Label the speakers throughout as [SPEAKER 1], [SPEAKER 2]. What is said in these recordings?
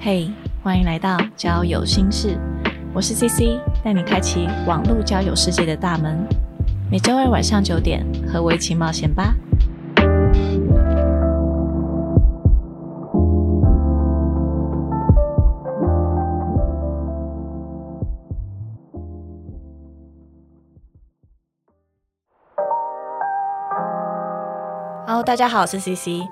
[SPEAKER 1] 嘿、欢迎来到交友心事，我是 CC，带你开启网络交友世界的大门。每周二晚上九点，和我一起冒险吧。Hello，大家好，我是 CC。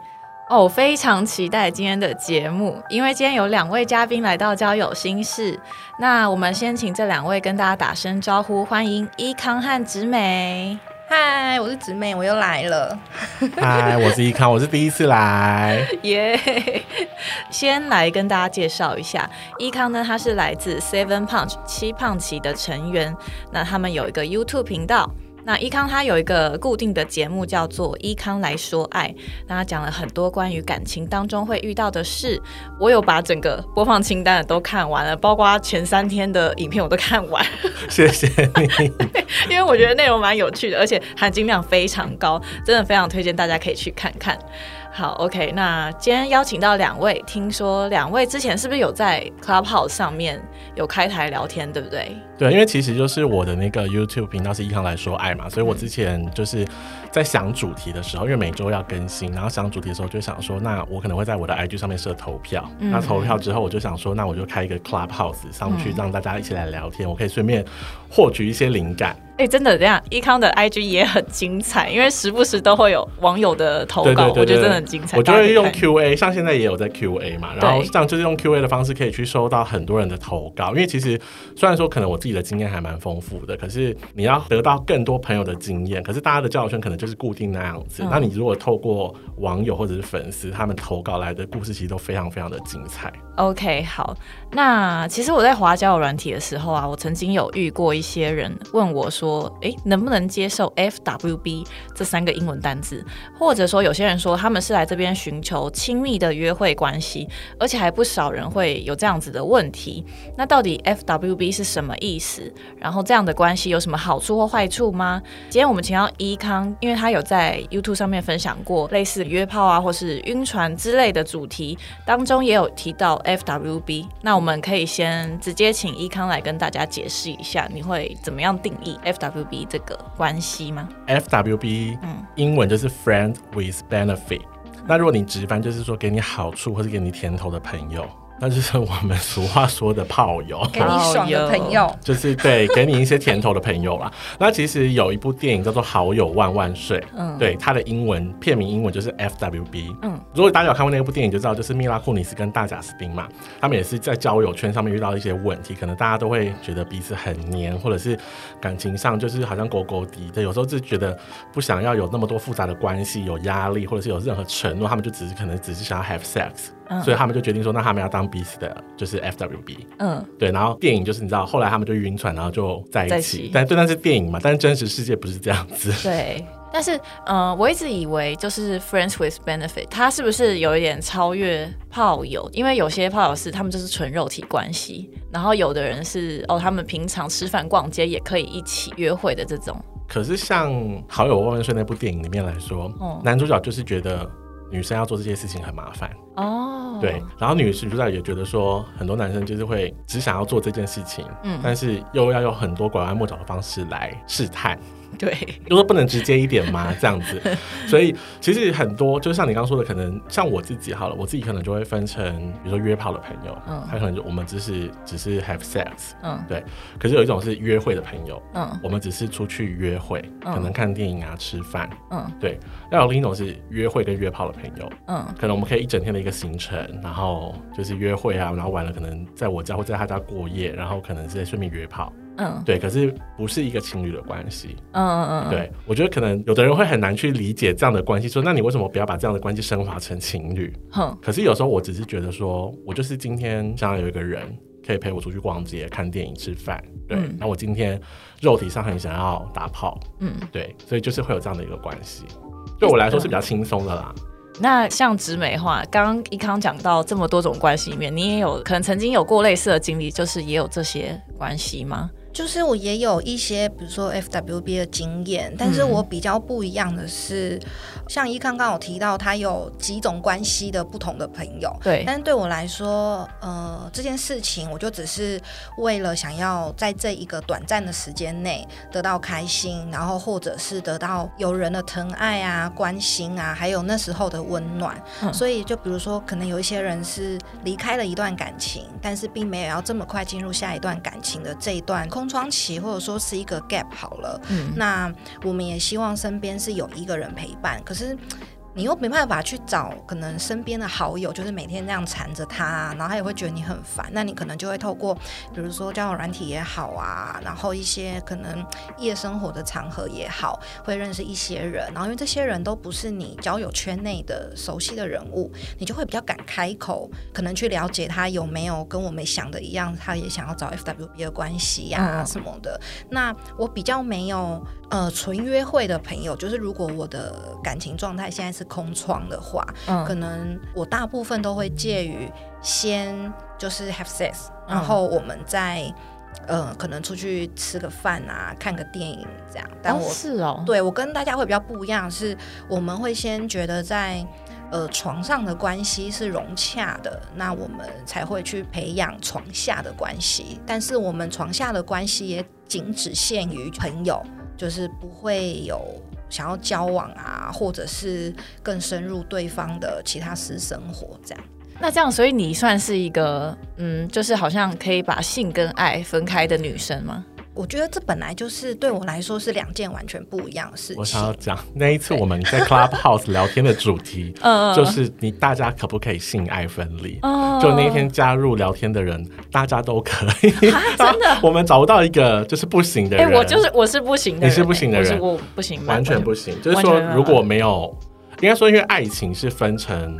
[SPEAKER 1] 哦，我非常期待今天的节目，因为今天有两位嘉宾来到交友心事。那我们先请这两位跟大家打声招呼，欢迎伊康和直美。
[SPEAKER 2] 嗨，我是姊妹，我又来了。
[SPEAKER 3] 嗨，我是一康，我是第一次来。
[SPEAKER 1] 耶、 先来跟大家介绍一下，伊康呢，他是来自 Seven Punch 七胖奇的成员，那他们有一个 YouTube 频道。那伊康他有一个固定的节目叫做《伊康来说爱》，那他讲了很多关于感情当中会遇到的事。我有把整个播放清单都看完了，包括前三天的影片我都看完。
[SPEAKER 3] 谢谢你，
[SPEAKER 1] 因为我觉得内容蛮有趣的，而且含金量非常高，真的非常推荐大家可以去看看。好，OK，那今天邀请到两位，听说两位之前是不是有在 Clubhouse 上面有开台聊天，对不对？
[SPEAKER 3] 对，因为其实就是我的那个 YouTube 频道是一康来说爱嘛，所以我之前就是在想主题的时候，因为每周要更新，然后想主题的时候就想说，那我可能会在我的 IG 上面设投票，那投票之后我就想说，那我就开一个 Clubhouse 上去，让大家一起来聊天，我可以顺便获取一些灵感。
[SPEAKER 1] 哎、真的这样，伊康的 IG 也很精彩，因为时不时都会有网友的投稿，
[SPEAKER 3] 对对对对，
[SPEAKER 1] 我觉得真的很精彩。
[SPEAKER 3] 我就会用
[SPEAKER 1] 大家可以看
[SPEAKER 3] Q&A，像现在也有在 Q&A 嘛，然后
[SPEAKER 1] 对
[SPEAKER 3] 这样就是用 Q&A 的方式可以去收到很多人的投稿。因为其实虽然说可能我自己的经验还蛮丰富的，可是你要得到更多朋友的经验，可是大家的交友圈可能就是固定那样子。
[SPEAKER 1] 嗯
[SPEAKER 3] 那你如果透过网友或者是粉丝他们投稿来的故事，其实都非常非常的精彩。
[SPEAKER 1] OK，好，那其实我在滑交友软体的时候啊，我曾经有遇过一些人问我说，诶，能不能接受 FWB 这三个英文单字？或者说有些人说他们是来这边寻求亲密的约会关系，而且还不少人会有这样子的问题。那到底 FWB 是什么意思？然后这样的关系有什么好处或坏处吗？今天我们请到伊康，因为他有在 YouTube 上面分享过类似约炮啊，或是晕船之类的主题，当中也有提到 FWB。那我们可以先直接请伊康来跟大家解释一下，你会怎么样定义 FWB 这个关系吗？
[SPEAKER 3] FWB，英
[SPEAKER 1] 嗯
[SPEAKER 3] 文就是 Friend with Benefit。那如果你直翻，就是说给你好处或是给你甜头的朋友，那就是我们俗话说的炮友。
[SPEAKER 2] 给你爽的朋友，
[SPEAKER 3] 就是对给你一些甜头的朋友啦。那其实有一部电影叫做《好友万万岁》，
[SPEAKER 1] 嗯
[SPEAKER 3] 对，它的英文片名英文就是 FWB。
[SPEAKER 1] 嗯
[SPEAKER 3] 嗯，如果大家有看过那部电影，就知道就是密拉库尼斯跟大贾斯汀嘛，他们也是在交友圈上面遇到一些问题，可能大家都会觉得彼此很黏，或者是感情上就是好像狗狗滴的，有时候就觉得不想要有那么多复杂的关系，有压力，或者是有任何承诺，他们就只是可能只是想要 have sex，、
[SPEAKER 1] 嗯
[SPEAKER 3] 所以他们就决定说，那他们要当彼此的，就是 FWB。
[SPEAKER 1] 嗯，
[SPEAKER 3] 对，然后电影就是你知道，后来他们就晕船，然后就在一起。
[SPEAKER 1] 在一起
[SPEAKER 3] 但对，那是电影嘛，但是真实世界不是这样子。
[SPEAKER 1] 对。但是，呃，我一直以为就是 friends with benefit，它是不是有一点超越炮友？因为有些炮友是他们就是纯肉体关系，然后有的人是哦，他们平常吃饭逛街也可以一起约会的这种。
[SPEAKER 3] 可是像《好友万万岁》那部电影里面来说，
[SPEAKER 1] 哦
[SPEAKER 3] 男主角就是觉得女生要做这些事情很麻烦，
[SPEAKER 1] 哦，
[SPEAKER 3] 对，然后女主角也觉得说，很多男生就是会只想要做这件事情，
[SPEAKER 1] 嗯
[SPEAKER 3] 但是又要用很多拐弯抹角的方式来试探。
[SPEAKER 1] 对，
[SPEAKER 3] 就说不能直接一点吗？ 这样子，所以其实很多，就像你刚刚说的，可能像我自己好了，我自己可能就会分成，比如说约炮的朋友，
[SPEAKER 1] 嗯
[SPEAKER 3] 他可能就我们只是只是 have sex，
[SPEAKER 1] 嗯
[SPEAKER 3] 对，可是有一种是约会的朋友，
[SPEAKER 1] 嗯
[SPEAKER 3] 我们只是出去约会，
[SPEAKER 1] 嗯
[SPEAKER 3] 可能看电影啊、吃饭，
[SPEAKER 1] 嗯
[SPEAKER 3] 对，那有另一种是约会跟约炮的朋友，
[SPEAKER 1] 嗯
[SPEAKER 3] 可能我们可以一整天的一个行程，然后就是约会啊，然后完了可能在我家或在他家过夜，然后可能是顺便约炮，
[SPEAKER 1] 嗯
[SPEAKER 3] 对，可是不是一个情侣的关系，
[SPEAKER 1] 嗯嗯，
[SPEAKER 3] 对，我觉得可能有的人会很难去理解这样的关系，说那你为什么不要把这样的关系升华成情侣？
[SPEAKER 1] 哼，
[SPEAKER 3] 可是有时候我只是觉得说，我就是今天想要有一个人可以陪我出去逛街、看电影、吃饭，对。
[SPEAKER 1] 嗯
[SPEAKER 3] 那我今天肉体上很想要打炮，
[SPEAKER 1] 嗯。
[SPEAKER 3] 对，所以就是会有这样的一个关系。对我来说是比较轻松的啦，
[SPEAKER 1] 那像直美话，刚刚一康讲到这么多种关系里面，你也有可能曾经有过类似的经历，就是也有这些关系吗？
[SPEAKER 2] 就是我也有一些，比如说 FWB 的经验，但是我比较不一样的是，像一康刚有提到，他有几种关系的不同的朋友，
[SPEAKER 1] 对
[SPEAKER 2] 但是对我来说，呃，这件事情我就只是为了想要在这一个短暂的时间内得到开心，然后或者是得到有人的疼爱啊、关心啊，还有那时候的温暖。
[SPEAKER 1] 嗯
[SPEAKER 2] 所以，就比如说，可能有一些人是离开了一段感情，但是并没有要这么快进入下一段感情的这一段空窗期，或者说是一个 gap 好了。
[SPEAKER 1] 嗯
[SPEAKER 2] 那我们也希望身边是有一个人陪伴，可是。你又没办法去找可能身边的好友，就是每天这样缠着他，啊然后他也会觉得你很烦。那你可能就会透过，比如说交友软体也好啊，然后一些可能夜生活的场合也好，会认识一些人。然后因为这些人都不是你交友圈内的熟悉的人物，你就会比较敢开口，可能去了解他有没有跟我们想的一样，他也想要找 FWB 的关系呀、
[SPEAKER 1] 嗯
[SPEAKER 2] 什么的。那我比较没有呃纯约会的朋友，就是如果我的感情状态现在是空窗的话，可
[SPEAKER 1] 嗯
[SPEAKER 2] 能我大部分都会介于先就是 have sex，
[SPEAKER 1] 嗯
[SPEAKER 2] 然后我们再呃可能出去吃个饭啊，看个电影这样。但
[SPEAKER 1] 哦
[SPEAKER 2] 我、
[SPEAKER 1] 是哦，
[SPEAKER 2] 对我跟大家会比较不一样，是我们会先觉得在呃床上的关系是融洽的，那我们才会去培养床下的关系。但是我们床下的关系也仅只限于朋友，就是不会有想要交往啊，或者是更深入对方的其他私生活这样。
[SPEAKER 1] 那这样，所以你算是一个嗯，就是好像可以把性跟爱分开的女生吗？
[SPEAKER 2] 我觉得这本来就是对我来说是两件完全不一样的事
[SPEAKER 3] 我想要
[SPEAKER 2] 情。
[SPEAKER 3] 讲那一次我们在 Clubhouse 聊天的主题，
[SPEAKER 1] 嗯
[SPEAKER 3] 就是你大家可不可以性爱分离？
[SPEAKER 1] 哦
[SPEAKER 3] 就那一天加入聊天的人，大家都可以。真
[SPEAKER 1] 的，
[SPEAKER 3] 我们找不到一个就是不行的
[SPEAKER 1] 哎、
[SPEAKER 3] 人。
[SPEAKER 1] 我就是我是不行的人、欸
[SPEAKER 3] 你是不行的人
[SPEAKER 1] 我是我不行，
[SPEAKER 3] 完全不行。就是
[SPEAKER 1] 完
[SPEAKER 3] 说
[SPEAKER 1] 全没，有
[SPEAKER 3] 如果没有，应该说，因为爱情是分成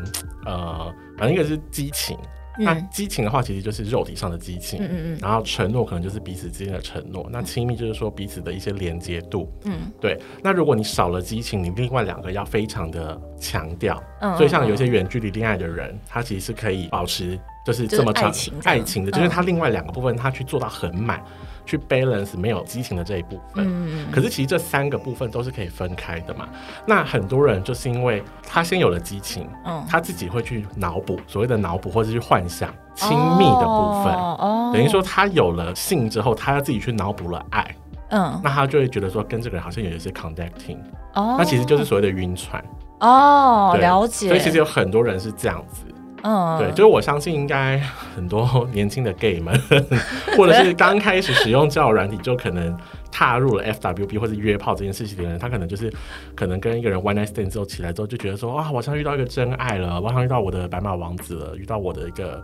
[SPEAKER 3] 呃，反正一个是激情，
[SPEAKER 1] 嗯
[SPEAKER 3] 那激情的话其实就是肉体上的激情。
[SPEAKER 1] 嗯嗯
[SPEAKER 3] 然后承诺可能就是彼此之间的承诺，那亲密就是说彼此的一些连接度，
[SPEAKER 1] 嗯
[SPEAKER 3] 对。那如果你少了激情，你另外两个要非常的强调，
[SPEAKER 1] 嗯，
[SPEAKER 3] 所以像有一些远距离恋爱的人，他其实是可以保持就是这么
[SPEAKER 1] 就是爱
[SPEAKER 3] 长
[SPEAKER 1] 情这样嗯
[SPEAKER 3] 爱情的，就是他另外两个部分他去做到很满，去 balance 没有激情的这一部分。
[SPEAKER 1] 嗯
[SPEAKER 3] 可是其实这三个部分都是可以分开的嘛。那很多人就是因为他先有了激情，
[SPEAKER 1] 嗯
[SPEAKER 3] 他自己会去脑补所谓的脑补或者是去幻想亲密的部分。
[SPEAKER 1] 哦，哦
[SPEAKER 3] 等于说他有了性之后，他要自己去脑补了爱，
[SPEAKER 1] 嗯
[SPEAKER 3] 那他就会觉得说跟这个人好像有一些 connecting，、
[SPEAKER 1] 哦，
[SPEAKER 3] 那其实就是所谓的晕船。
[SPEAKER 1] 哦
[SPEAKER 3] 对
[SPEAKER 1] 了解，
[SPEAKER 3] 所以其实有很多人是这样子。
[SPEAKER 1] 嗯
[SPEAKER 3] 对，就是我相信应该很多年轻的 gay 们， 或者是刚开始使用交友软体就可能踏入了 FWB 或者约炮这件事情的人，他可能就是可能跟一个人 one night stand 之后起来之后就觉得说啊，我好像遇到一个真爱了，我好像遇到我的白马王子了，遇到我的一个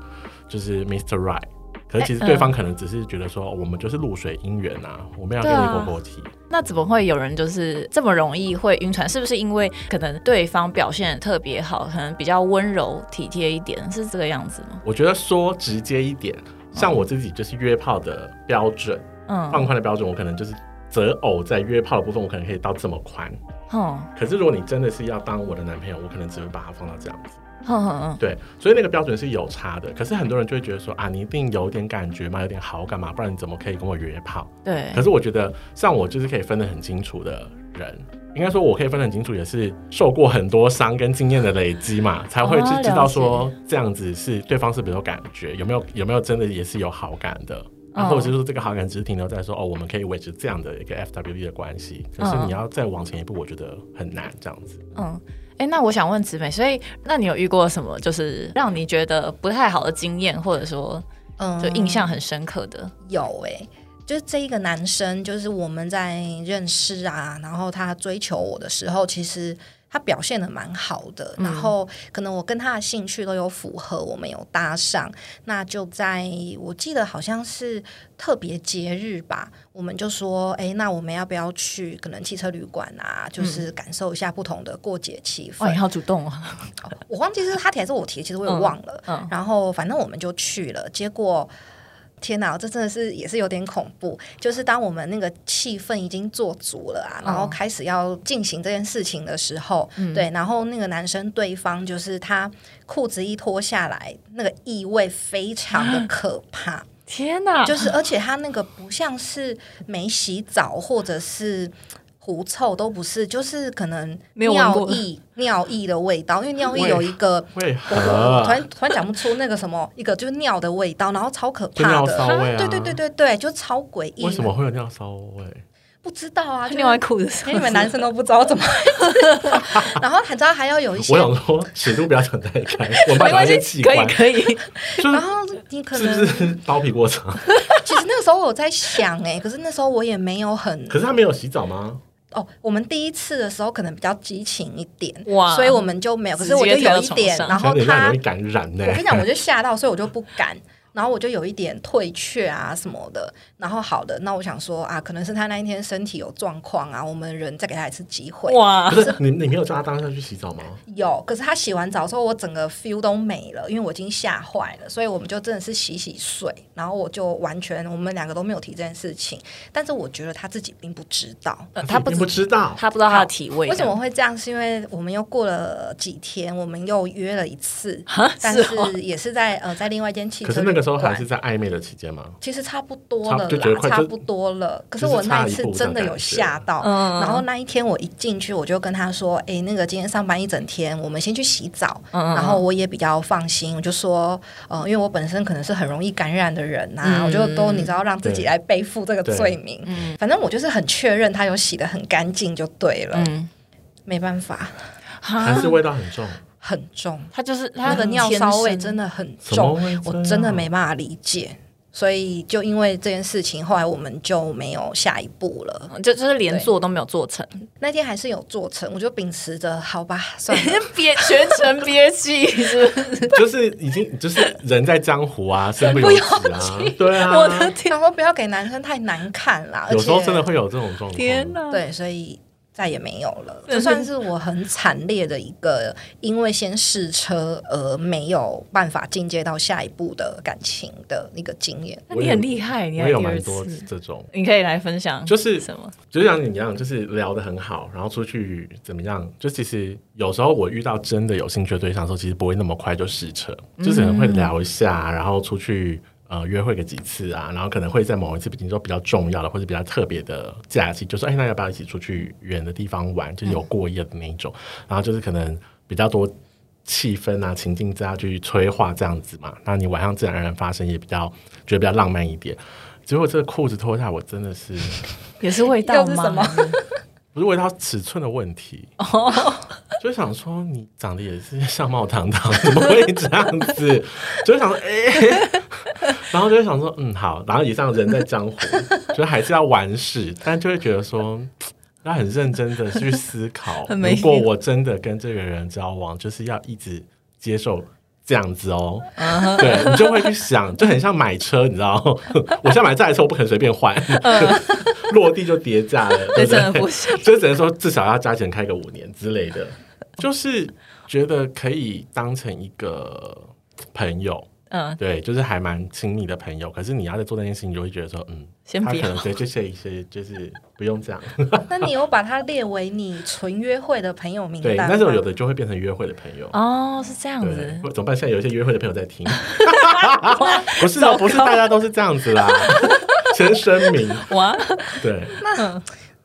[SPEAKER 3] 就是 Mr. Right。可是其实
[SPEAKER 1] 哎嗯
[SPEAKER 3] 对方可能只是觉得说，哦我们就是露水姻缘啊，我们要跟
[SPEAKER 1] 对
[SPEAKER 3] 你
[SPEAKER 1] 啊
[SPEAKER 3] 过过体。
[SPEAKER 1] 那怎么会有人就是这么容易会晕船？是不是因为可能对方表现得特别好，可能比较温柔体贴一点，是这个样子吗？
[SPEAKER 3] 我觉得说直接一点，像我自己就是约炮的标准，放
[SPEAKER 1] 嗯，
[SPEAKER 3] 宽的标准，我可能就是择偶在约炮的部分，我可能可以到这么宽。
[SPEAKER 1] 哼
[SPEAKER 3] 可是如果你真的是要当我的男朋友，我可能只会把它放到这样子。
[SPEAKER 1] 哼哼哼，
[SPEAKER 3] 对，所以那个标准是有差的。可是很多人就会觉得说啊，你一定有点感觉嘛，有点好感嘛，不然你怎么可以跟我约炮？
[SPEAKER 1] 对
[SPEAKER 3] 可，是我觉得像我就是可以分得很清楚的人。应该说，我可以分得很清楚，也是受过很多伤跟经验的累积嘛，才会
[SPEAKER 1] 哦
[SPEAKER 3] 知知道
[SPEAKER 1] 了
[SPEAKER 3] 说这样子是对方是不是有感觉，有没有有没有真的也是有好感的，然后或者是说这个好感只是停留在说哦，我们可以维持这样的一个 FWD 的关系，可是
[SPEAKER 1] 嗯
[SPEAKER 3] 你要再往前一步，我觉得很难这样子。
[SPEAKER 1] 嗯。哎、那我想问子美，所以那你有遇过什么就是让你觉得不太好的经验，或者说
[SPEAKER 2] 嗯
[SPEAKER 1] 就印象很深刻的？
[SPEAKER 2] 有哎、就是这一个男生，就是我们在认识啊，然后他追求我的时候，其实他表现的蛮好的，然后可能我跟他的兴趣都有符合，我们有搭上，那就在我记得好像是特别节日吧，我们就说，哎、那我们要不要去可能汽车旅馆啊，就是感受一下不同的过节气氛
[SPEAKER 1] 哇，？你好主动哦！
[SPEAKER 2] 我忘记是他提还是我提，其实我也忘了。
[SPEAKER 1] 嗯
[SPEAKER 2] 然后反正我们就去了，结果。天哪，这真的是也是有点恐怖。就是当我们那个气氛已经做足了啊，
[SPEAKER 1] 嗯
[SPEAKER 2] 然后开始要进行这件事情的时候，对，然后那个男生对 方就是他裤子一脱下来，那个异味非常的可怕。
[SPEAKER 1] 天哪，
[SPEAKER 2] 就是而且它那个不像是没洗澡或者是。狐臭都不是，就是可能
[SPEAKER 1] 没有闻
[SPEAKER 2] 尿
[SPEAKER 1] 过
[SPEAKER 2] 液尿液的味道，因为尿液
[SPEAKER 3] 喂
[SPEAKER 2] 有一个
[SPEAKER 3] 为
[SPEAKER 2] 我突
[SPEAKER 3] 何？
[SPEAKER 2] 然突然讲不出那个什么，一个就是尿的味道，然后超可
[SPEAKER 3] 就
[SPEAKER 2] 怕
[SPEAKER 3] 尿
[SPEAKER 2] 的，
[SPEAKER 3] 骚味啊！
[SPEAKER 2] 对对对，对对，就超诡异。
[SPEAKER 3] 为什么会有尿骚味？
[SPEAKER 2] 不知道啊？就是
[SPEAKER 1] 另外裤子是不是
[SPEAKER 2] 连你们男生都不知道怎么会知道，然后还知道还要有一些
[SPEAKER 3] 我，想说尺度不要讲太开，我怕
[SPEAKER 1] 没
[SPEAKER 3] 把
[SPEAKER 1] 关
[SPEAKER 3] 一些
[SPEAKER 1] 系，
[SPEAKER 3] 器
[SPEAKER 1] 可
[SPEAKER 3] 官
[SPEAKER 1] 以可以，
[SPEAKER 3] 就
[SPEAKER 2] 然
[SPEAKER 3] 是
[SPEAKER 2] 后你可能
[SPEAKER 3] 是不是包皮过长？
[SPEAKER 2] 其实那个时候我在想哎、可是那时候我也没有很
[SPEAKER 3] 可是他没有洗澡吗？
[SPEAKER 2] 哦，我们第一次的时候可能比较激情一点，
[SPEAKER 1] 哇
[SPEAKER 2] 所以我们就没有，可是我就有一
[SPEAKER 1] 直接
[SPEAKER 2] 点，
[SPEAKER 1] 跳到床上
[SPEAKER 2] 然后
[SPEAKER 3] 有点让
[SPEAKER 2] 他
[SPEAKER 3] 容易感染呢
[SPEAKER 2] 我。跟你讲， 我就吓到，所以我就不敢。然后我就有一点退却啊什么的。然后好的，那我想说啊，可能是他那一天身体有状况啊，我们人再给他一次机 会。
[SPEAKER 1] 哇
[SPEAKER 3] 不，是你，你没有叫他当下去洗澡吗？
[SPEAKER 2] 有，可是他洗完澡之后，我整个 feel 都没了，因为我已经吓坏了，所以我们就真的是洗洗睡。然后我就完全，我们两个都没有提这件事情，但是我觉得他自己并不知道。
[SPEAKER 1] 呃他
[SPEAKER 3] 不
[SPEAKER 1] 不
[SPEAKER 3] 不知道，
[SPEAKER 1] 他不知道他的体位，
[SPEAKER 2] 为
[SPEAKER 3] 啊
[SPEAKER 2] 什么会这样？是因为我们又过了几天，我们又约了一 次，
[SPEAKER 1] 哈？
[SPEAKER 2] 但
[SPEAKER 1] 是哦
[SPEAKER 2] 是也是在呃，在另外一间汽车
[SPEAKER 3] 可
[SPEAKER 2] 旅
[SPEAKER 3] 是
[SPEAKER 2] 馆。
[SPEAKER 3] 那个时候还是在暧昧的期间吗？
[SPEAKER 2] 其实差不多
[SPEAKER 3] 差
[SPEAKER 2] 了
[SPEAKER 3] 就觉得
[SPEAKER 2] 啦，
[SPEAKER 3] 快
[SPEAKER 2] 差
[SPEAKER 3] 就
[SPEAKER 2] 不多了。可是
[SPEAKER 3] 就是
[SPEAKER 2] 我那
[SPEAKER 3] 差一
[SPEAKER 2] 次
[SPEAKER 3] 步的
[SPEAKER 2] 真的
[SPEAKER 3] 感
[SPEAKER 2] 有
[SPEAKER 3] 觉
[SPEAKER 2] 吓到，
[SPEAKER 1] 嗯
[SPEAKER 2] 然后那一天我一进去，我就跟他说：“哎、那个今天上班一整天，我们先去洗澡。
[SPEAKER 1] 嗯嗯嗯
[SPEAKER 2] 然后我也比较放心，我就说：“呃，因为我本身可能是很容易感染的人呐、
[SPEAKER 1] 嗯
[SPEAKER 2] 我就都你知道让自己
[SPEAKER 3] 对
[SPEAKER 2] 来背负这个
[SPEAKER 3] 对
[SPEAKER 2] 罪名。
[SPEAKER 1] 嗯
[SPEAKER 2] 反正我就是很确认他有洗的很干净就对了，
[SPEAKER 1] 嗯，
[SPEAKER 2] 没办法，
[SPEAKER 1] 哈
[SPEAKER 3] 还是味道很重？
[SPEAKER 2] 很重，
[SPEAKER 1] 他就是他
[SPEAKER 2] 他的尿骚味真
[SPEAKER 1] 的
[SPEAKER 2] 的很
[SPEAKER 3] 怎么
[SPEAKER 2] 重。”
[SPEAKER 3] 会这
[SPEAKER 2] 我
[SPEAKER 3] 样
[SPEAKER 2] 真的没办法理解。所以就因为这件事情，后来我们就没有下一步了。
[SPEAKER 1] 就就是连做都没有做成，
[SPEAKER 2] 那天还是有做成，我就秉持着 好吧，算了。
[SPEAKER 1] 憋全程憋气，是不是？
[SPEAKER 3] 就是已经就是人在江湖 啊，身不由己啊，对啊，
[SPEAKER 1] 我的天
[SPEAKER 2] 然后不要给男生太难看啦，而
[SPEAKER 3] 有
[SPEAKER 2] 且
[SPEAKER 3] 时候真的会有这种状 况。
[SPEAKER 1] 天哪！，
[SPEAKER 2] 对，所以再也没有了。
[SPEAKER 1] 对
[SPEAKER 2] 这算是我很惨烈的一个，因为先试车而没有办法进阶到下一步的感情的一个经验。
[SPEAKER 1] 那你很厉害，你
[SPEAKER 3] 我
[SPEAKER 1] 还
[SPEAKER 3] 有
[SPEAKER 1] 第
[SPEAKER 3] 蛮
[SPEAKER 1] 二
[SPEAKER 3] 多
[SPEAKER 1] 次，
[SPEAKER 3] 这种，
[SPEAKER 1] 你可以来分享，
[SPEAKER 3] 就是
[SPEAKER 1] 什么？
[SPEAKER 3] 就是像你一样，就是聊得很好，然后出去怎么样？就其实有时候我遇到真的有兴趣的对象的时候，其实不会那么快就试车，就是可能会聊一下，然后出去。呃，约会个几次啊，然后可能会在某一次，比如说比较重要的或者比较特别的假期，就说，哎，那要不要一起出去远的地方玩？就是有过夜的那一种，然后就是可能比较多气氛啊、情境之下去催化这样子嘛，那你晚上自然而然发生也比较觉得比较浪漫一点。结果这个裤子脱下来，我真的是
[SPEAKER 1] 也是味道
[SPEAKER 2] 又
[SPEAKER 1] 吗？
[SPEAKER 2] 是什么
[SPEAKER 3] 不是为他尺寸的问题，
[SPEAKER 1] 哦
[SPEAKER 3] 就想说你长得也是相貌堂堂，怎么会这样子？ 就想说，哎、 然后就会想说，嗯，好，然后以上人在江湖， 就还是要完事，但就会觉得说。要很认真的去思考，
[SPEAKER 1] 很没
[SPEAKER 3] 如果我真的跟这个人交往，就是要一直接受这样子哦。
[SPEAKER 1] 嗯
[SPEAKER 3] 对你就会去想，就很像买车，你知道， 我现在买这台车，我不可能随便换， 落地就跌价了，对
[SPEAKER 1] 这嗯真
[SPEAKER 3] 不对
[SPEAKER 1] 的不行。
[SPEAKER 3] 就只能说至少要加钱开个五年之类的，就是觉得可以当成一个朋友，
[SPEAKER 1] 嗯，
[SPEAKER 3] 对，就是还蛮亲密的朋友。可是你要在做那件事情，你就会觉得说，嗯，
[SPEAKER 1] 先
[SPEAKER 3] 他
[SPEAKER 1] 不
[SPEAKER 3] 可
[SPEAKER 1] 要
[SPEAKER 3] 能对这些一些就是不用这样，
[SPEAKER 2] 那你有把它列为你纯约会的朋友名
[SPEAKER 3] 对。
[SPEAKER 2] 单吗？
[SPEAKER 3] 但是有的就会变成约会的朋友。
[SPEAKER 1] 哦，是这样
[SPEAKER 3] 对
[SPEAKER 1] 子，，
[SPEAKER 3] 怎么办？现在有一些约会的朋友在 听，不是哦，不是大家都是这样子啦。先声明，
[SPEAKER 1] 哇，
[SPEAKER 3] 对，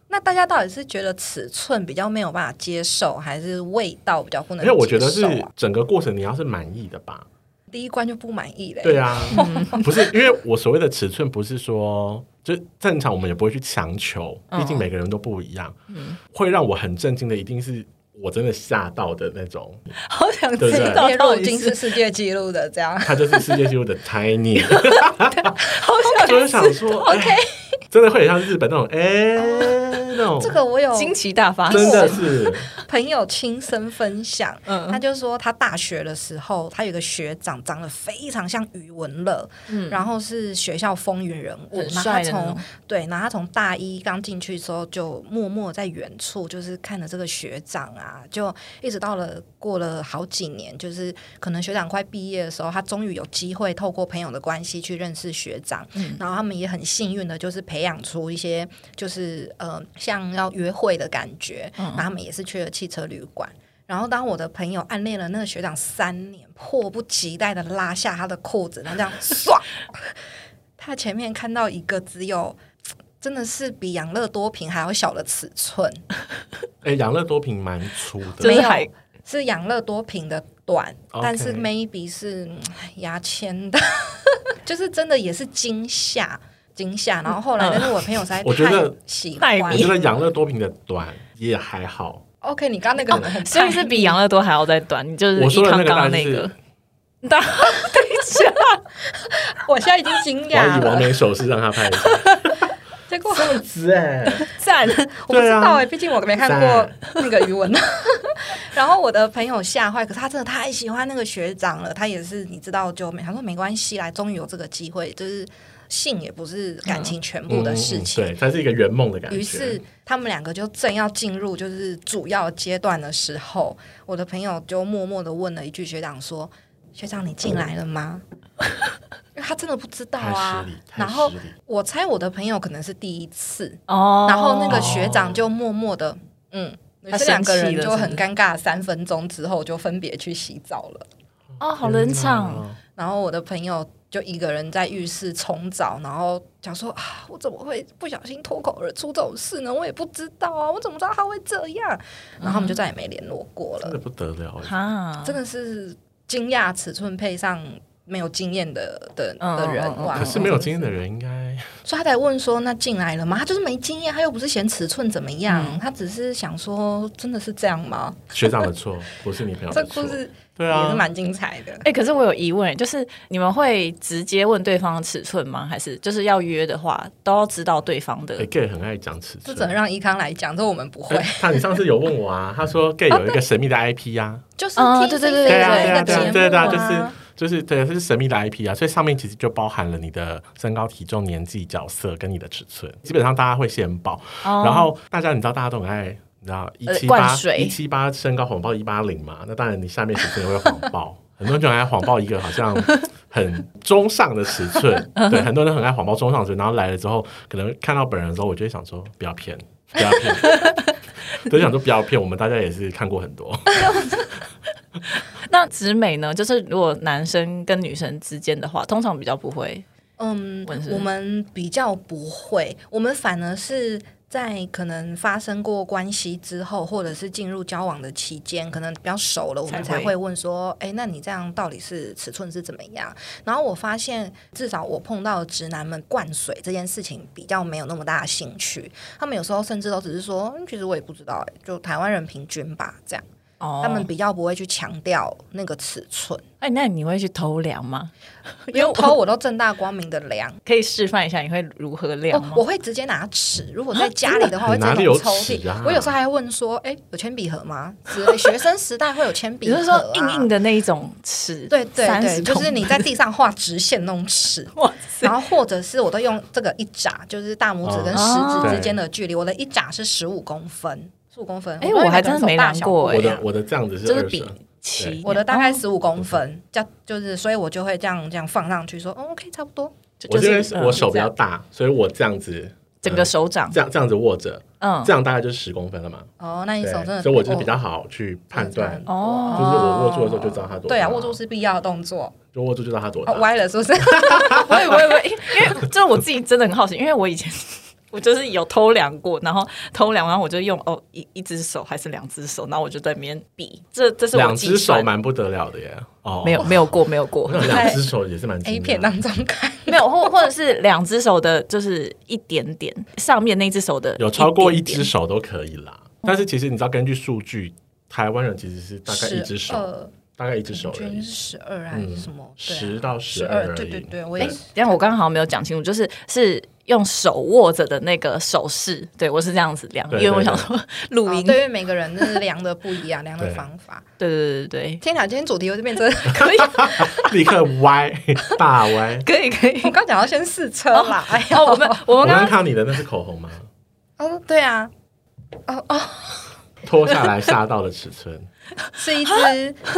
[SPEAKER 2] 那大家到底是觉得尺寸比较没有办法接受，还是味道比较不能接
[SPEAKER 3] 因为
[SPEAKER 2] 受、啊？
[SPEAKER 3] 我觉得是整个过程你要是满意的吧，
[SPEAKER 2] 第一关就不满意嘞。
[SPEAKER 3] 对啊，
[SPEAKER 1] 嗯
[SPEAKER 3] 不是因为我所谓的尺寸，不是说就正常，我们也不会去强求，
[SPEAKER 1] 嗯
[SPEAKER 3] 毕竟每个人都不一样。会让我很震惊的，一定是我真的吓到的 那种。
[SPEAKER 1] 好想
[SPEAKER 3] 对不
[SPEAKER 1] 知
[SPEAKER 3] 对啊
[SPEAKER 1] 道
[SPEAKER 2] 月
[SPEAKER 1] 到
[SPEAKER 2] 入
[SPEAKER 1] 底
[SPEAKER 2] 金
[SPEAKER 1] 是
[SPEAKER 2] 是世界纪录的，这 样
[SPEAKER 3] 他就是世界纪录的 tiny，
[SPEAKER 1] 好
[SPEAKER 3] 就是 想说，OK，真的会很像日本那种，哎，那种
[SPEAKER 2] 这个我有
[SPEAKER 1] 惊奇大发
[SPEAKER 3] 真
[SPEAKER 1] 现，
[SPEAKER 3] 的是
[SPEAKER 2] 朋友亲身分享，
[SPEAKER 1] 嗯
[SPEAKER 2] 他就说他大学的时候，他有个学长长得非常像余文乐，
[SPEAKER 1] 嗯
[SPEAKER 2] 然后是学校风云人物，
[SPEAKER 1] 很
[SPEAKER 2] 然后
[SPEAKER 1] 帅
[SPEAKER 2] 他
[SPEAKER 1] 的那种
[SPEAKER 2] 从对，然后他从大一刚进去之后，就默默在远处就是看着这个学长啊，就一直到了过了好几年，就是可能学长快毕业的时候，他终于有机会透过朋友的关系去认识学长，
[SPEAKER 1] 嗯
[SPEAKER 2] 然后他们也很幸运的，就是培养出一些就是呃像要约会的感觉，
[SPEAKER 1] 嗯
[SPEAKER 2] 然后他们也是去了汽车旅馆。然后，当我的朋友暗恋了那个学 长三年，迫不及待的拉下他的裤子，然后这样唰，它前面看到一个只有。真的是比养乐多瓶还要小的尺寸，
[SPEAKER 3] 哎，养乐多瓶蛮粗的
[SPEAKER 1] 就，
[SPEAKER 2] 没
[SPEAKER 1] 是
[SPEAKER 2] 有
[SPEAKER 1] 海
[SPEAKER 2] 是养乐多瓶的短
[SPEAKER 3] OK
[SPEAKER 2] 但是 maybe 是嗯牙签的， 就是真的也是惊吓惊吓。然后后来，但是我朋友实在
[SPEAKER 3] 嗯我觉
[SPEAKER 2] 太
[SPEAKER 3] 得
[SPEAKER 2] 喜
[SPEAKER 1] 太
[SPEAKER 2] 欢
[SPEAKER 3] 我觉得养乐多瓶的短也还好。
[SPEAKER 2] ，OK，你刚刚那个
[SPEAKER 3] 哦
[SPEAKER 2] 可能很
[SPEAKER 1] 所以是比养乐多还要再短，你就是
[SPEAKER 3] 我
[SPEAKER 1] 一
[SPEAKER 3] 说的
[SPEAKER 1] 康
[SPEAKER 3] 那个
[SPEAKER 1] 刚
[SPEAKER 3] 当
[SPEAKER 1] 的
[SPEAKER 3] 然
[SPEAKER 1] 那
[SPEAKER 3] 是
[SPEAKER 1] 个。大等一下，
[SPEAKER 2] 我现在已经惊
[SPEAKER 3] 我要
[SPEAKER 2] 讶
[SPEAKER 3] 以完
[SPEAKER 2] 了。
[SPEAKER 3] 美手势让他拍一下，
[SPEAKER 2] 结果
[SPEAKER 3] 子哎，
[SPEAKER 1] 赞！
[SPEAKER 2] 我不知
[SPEAKER 3] 对啊
[SPEAKER 2] 道哎、毕竟我没看过那个余文。 然后我的朋友吓坏，可是他真的太喜欢那个学长了，他也是你知道就没，他说没关系啦，终于有这个机会，就是性也不是感情全部的事情。
[SPEAKER 3] 嗯对，它是一个圆梦的感觉。
[SPEAKER 2] 于是他们两个就正要进入就是主要阶段的时候，我的朋友就默默的问了一句学长说：“学长，你进来了吗？” 因为他真的不知道
[SPEAKER 3] 太
[SPEAKER 2] 啊
[SPEAKER 3] 失礼，。太
[SPEAKER 2] 然后
[SPEAKER 3] 失礼
[SPEAKER 2] 我猜我的朋友可能是第一次，
[SPEAKER 1] 哦
[SPEAKER 2] 然后那个学长就默默的，嗯，
[SPEAKER 1] 他
[SPEAKER 2] 这两个
[SPEAKER 1] 生气
[SPEAKER 2] 人
[SPEAKER 1] 了
[SPEAKER 2] 就很
[SPEAKER 1] 是不
[SPEAKER 2] 尴尬。三分钟之后就分别去洗澡了，
[SPEAKER 1] 哦，好冷场，
[SPEAKER 3] 嗯
[SPEAKER 2] 然后我的朋友就一个人在浴室冲澡，然后讲说啊，我怎么会不小心脱口而出这种事呢？我也不知道啊，我怎么知道他会这样？然后他们就再也没联络过
[SPEAKER 3] 真
[SPEAKER 1] 嗯
[SPEAKER 3] 的
[SPEAKER 2] 了，
[SPEAKER 3] 不得了，
[SPEAKER 1] 哈，
[SPEAKER 2] 真的是惊讶尺寸配上。没有经验的的
[SPEAKER 1] 嗯
[SPEAKER 2] 的人
[SPEAKER 1] 嗯嗯
[SPEAKER 2] 哇，
[SPEAKER 3] 哎可是没有经验的人应该
[SPEAKER 2] 所以他才问说：“那进来了吗？”他就是没经验，他又不是嫌尺寸怎么样，他只是想说：“真的是这样吗
[SPEAKER 3] 学长的错，不是你朋？”友
[SPEAKER 2] 这
[SPEAKER 3] 的
[SPEAKER 2] 故
[SPEAKER 3] 错。
[SPEAKER 2] 事
[SPEAKER 3] 对
[SPEAKER 2] 也
[SPEAKER 3] 啊
[SPEAKER 2] 是，蛮精彩的。
[SPEAKER 1] 哎、可是我有疑问，就是你们会直接问对方的尺寸吗？还是就是要约的话，都要知道对方
[SPEAKER 3] 哎
[SPEAKER 1] 的？
[SPEAKER 3] ，gay 很爱讲尺
[SPEAKER 2] 这
[SPEAKER 3] 寸
[SPEAKER 2] 只。能让一康来讲，这我们不会
[SPEAKER 3] 哎。他你上次有问我啊，他说 gay 有一个神秘的 IP 啊，
[SPEAKER 2] 就是
[SPEAKER 1] 哦
[SPEAKER 2] TCC
[SPEAKER 1] 对对对
[SPEAKER 2] 的
[SPEAKER 1] 对
[SPEAKER 3] 啊，
[SPEAKER 1] 对
[SPEAKER 2] 一
[SPEAKER 3] 对啊，
[SPEAKER 2] 个
[SPEAKER 3] 对
[SPEAKER 2] 节
[SPEAKER 3] 啊，
[SPEAKER 2] 目
[SPEAKER 3] 对啊，就
[SPEAKER 2] 啊
[SPEAKER 3] 是就是对，这是神秘的 IP 啊，所以上面其实就包含了你的身高、体重、年纪、角色跟你的尺寸，基本上大家会先报，
[SPEAKER 1] 哦
[SPEAKER 3] 然后大家你知道大家都很爱。你知道一
[SPEAKER 1] 呃
[SPEAKER 3] 七八
[SPEAKER 1] 灌水
[SPEAKER 3] 一七八身高谎报一八零嘛？那当然，你下面尺寸也会谎报。很多人就很爱谎报一个好像很中上的尺 寸，对，很多人很爱谎报中上尺寸。然后来了之后，可能看到本人的时候，我就会想说不要骗，不要 骗，就想说不要骗。我们大家也是看过很多，
[SPEAKER 1] 那直美呢？就是如果男生跟女生之间的话，通常比较不会
[SPEAKER 2] 嗯
[SPEAKER 1] 问是，
[SPEAKER 2] 我们比较不会，我们反而是。在可能发生过关系之后，或者是进入交往的期间，可能比较熟了，我们
[SPEAKER 1] 才
[SPEAKER 2] 才
[SPEAKER 1] 会
[SPEAKER 2] 会问说：“哎、那你这样到底是尺寸是怎么样？”然后我发现，至少我碰到的直男们灌水这件事情比较没有那么大的兴趣，他们有时候甚至都只是说：“嗯、其实我也不知道、哎，就台湾人平均吧。”这样，
[SPEAKER 1] 哦。
[SPEAKER 2] 他们比较不会去强调那个尺寸，
[SPEAKER 1] 哎、那你会去偷量吗？
[SPEAKER 2] 因为偷我都正大光明的量。
[SPEAKER 1] 可以示范一下你会如何量吗
[SPEAKER 2] 哦，？我会直接拿尺。如果在家里的话，
[SPEAKER 3] 啊
[SPEAKER 2] 会
[SPEAKER 3] 真的
[SPEAKER 2] 直接从
[SPEAKER 3] 哪里有
[SPEAKER 2] 抽
[SPEAKER 3] 尺
[SPEAKER 2] 屉。
[SPEAKER 3] 啊
[SPEAKER 2] 我有时候还会问说：“哎、有铅笔盒吗？”之类。 学生时代会有铅
[SPEAKER 1] 比
[SPEAKER 2] 笔
[SPEAKER 1] 如
[SPEAKER 2] 盒、
[SPEAKER 1] 是
[SPEAKER 2] 啊，
[SPEAKER 1] 说硬硬。的那一种尺，
[SPEAKER 2] 对对对，
[SPEAKER 1] 30
[SPEAKER 2] 就是你
[SPEAKER 1] 公。
[SPEAKER 2] 在地上画直线那种尺
[SPEAKER 1] 分哇塞
[SPEAKER 2] 然，后或者是我都用这个一拃，就是大拇指跟
[SPEAKER 1] 哦
[SPEAKER 2] 食指之间的距离。我的一拃是十五公分，十五公分。
[SPEAKER 1] 哎
[SPEAKER 2] 不知道
[SPEAKER 1] 我还
[SPEAKER 2] 每个人
[SPEAKER 1] 真的没
[SPEAKER 2] 手大
[SPEAKER 1] 量
[SPEAKER 2] 小
[SPEAKER 1] 过
[SPEAKER 2] 不
[SPEAKER 1] 哎
[SPEAKER 2] 一
[SPEAKER 3] 我
[SPEAKER 2] 样
[SPEAKER 3] 的我的这样子是
[SPEAKER 1] 就是
[SPEAKER 3] 二十
[SPEAKER 1] 比，七，
[SPEAKER 2] 我的大概
[SPEAKER 1] 哦
[SPEAKER 2] 十五公分，这样就是，所以我就会这样这样放上去，说，哦，OK，差不多。
[SPEAKER 1] 就
[SPEAKER 3] 我
[SPEAKER 1] 就
[SPEAKER 3] 因为
[SPEAKER 1] 是
[SPEAKER 3] 我
[SPEAKER 1] 嗯
[SPEAKER 3] 手比较大，所以我这样子
[SPEAKER 1] 整个手掌，
[SPEAKER 3] 这样这样子握着，
[SPEAKER 1] 嗯哎
[SPEAKER 3] 这，样大概就是十公分了嘛。
[SPEAKER 2] 哦，那你
[SPEAKER 3] 对
[SPEAKER 2] 手真的，
[SPEAKER 3] 所以我就是比较好去判断，
[SPEAKER 2] 哦
[SPEAKER 3] 就是我握住的时候就知道它多大。啊
[SPEAKER 2] 对啊，握住是必要的动作。
[SPEAKER 3] 就握住就知道它多大
[SPEAKER 2] 哦，。歪了是不 是？
[SPEAKER 1] 我也我也我也，因为这我自己真的很好奇，因为我以前 我就是有偷量过，然后偷量，然后我就用哦一一只手还是两只手，然后我就在那边比，这这是我
[SPEAKER 3] 两
[SPEAKER 1] 计
[SPEAKER 3] 只手
[SPEAKER 1] 算
[SPEAKER 3] 蛮不得了的耶。哦，
[SPEAKER 1] 没有，没有过没有过
[SPEAKER 3] 我想两只手也是蛮
[SPEAKER 2] A
[SPEAKER 3] 惊
[SPEAKER 2] 片
[SPEAKER 3] 讶的。
[SPEAKER 2] 当中看，
[SPEAKER 1] 没有，或或者是两只手的就是一点点，上面那只手的
[SPEAKER 3] 有超过一
[SPEAKER 1] 点
[SPEAKER 3] 只
[SPEAKER 1] 点
[SPEAKER 3] 手都可以啦。但是其实你知道，根据数据，台湾人其实是大概一只手，
[SPEAKER 2] 12
[SPEAKER 3] 大概一只手而
[SPEAKER 2] 呃平均
[SPEAKER 3] 已，嗯
[SPEAKER 2] 是十二还是什么？啊
[SPEAKER 3] 十到十
[SPEAKER 2] 十
[SPEAKER 3] 二而已。
[SPEAKER 2] 对对对，我也是。
[SPEAKER 1] 但我刚刚好像没有讲清楚，就是是用手握着的那个手势，对我是这样子量，
[SPEAKER 3] 对
[SPEAKER 1] 因为我
[SPEAKER 3] 对
[SPEAKER 1] 想
[SPEAKER 3] 对
[SPEAKER 1] 说录
[SPEAKER 2] 哦
[SPEAKER 1] 音，
[SPEAKER 2] 对，
[SPEAKER 1] 对
[SPEAKER 2] 因为每个人就是量的不一样，量的
[SPEAKER 3] 对
[SPEAKER 2] 方法。
[SPEAKER 1] 对对对对，
[SPEAKER 2] 天哪，今天主题我这边真的，
[SPEAKER 1] 可以
[SPEAKER 3] 立刻歪大 歪。
[SPEAKER 1] 可以可以
[SPEAKER 2] 我。刚讲到先试车啦。哎 呦
[SPEAKER 1] 哦，我们我
[SPEAKER 3] 我
[SPEAKER 1] 们刚
[SPEAKER 3] 刚刚
[SPEAKER 1] 刚
[SPEAKER 3] 看到你的那是口红吗？
[SPEAKER 2] 哦，对啊，
[SPEAKER 3] 脱下来吓到的 尺寸，
[SPEAKER 2] 是一支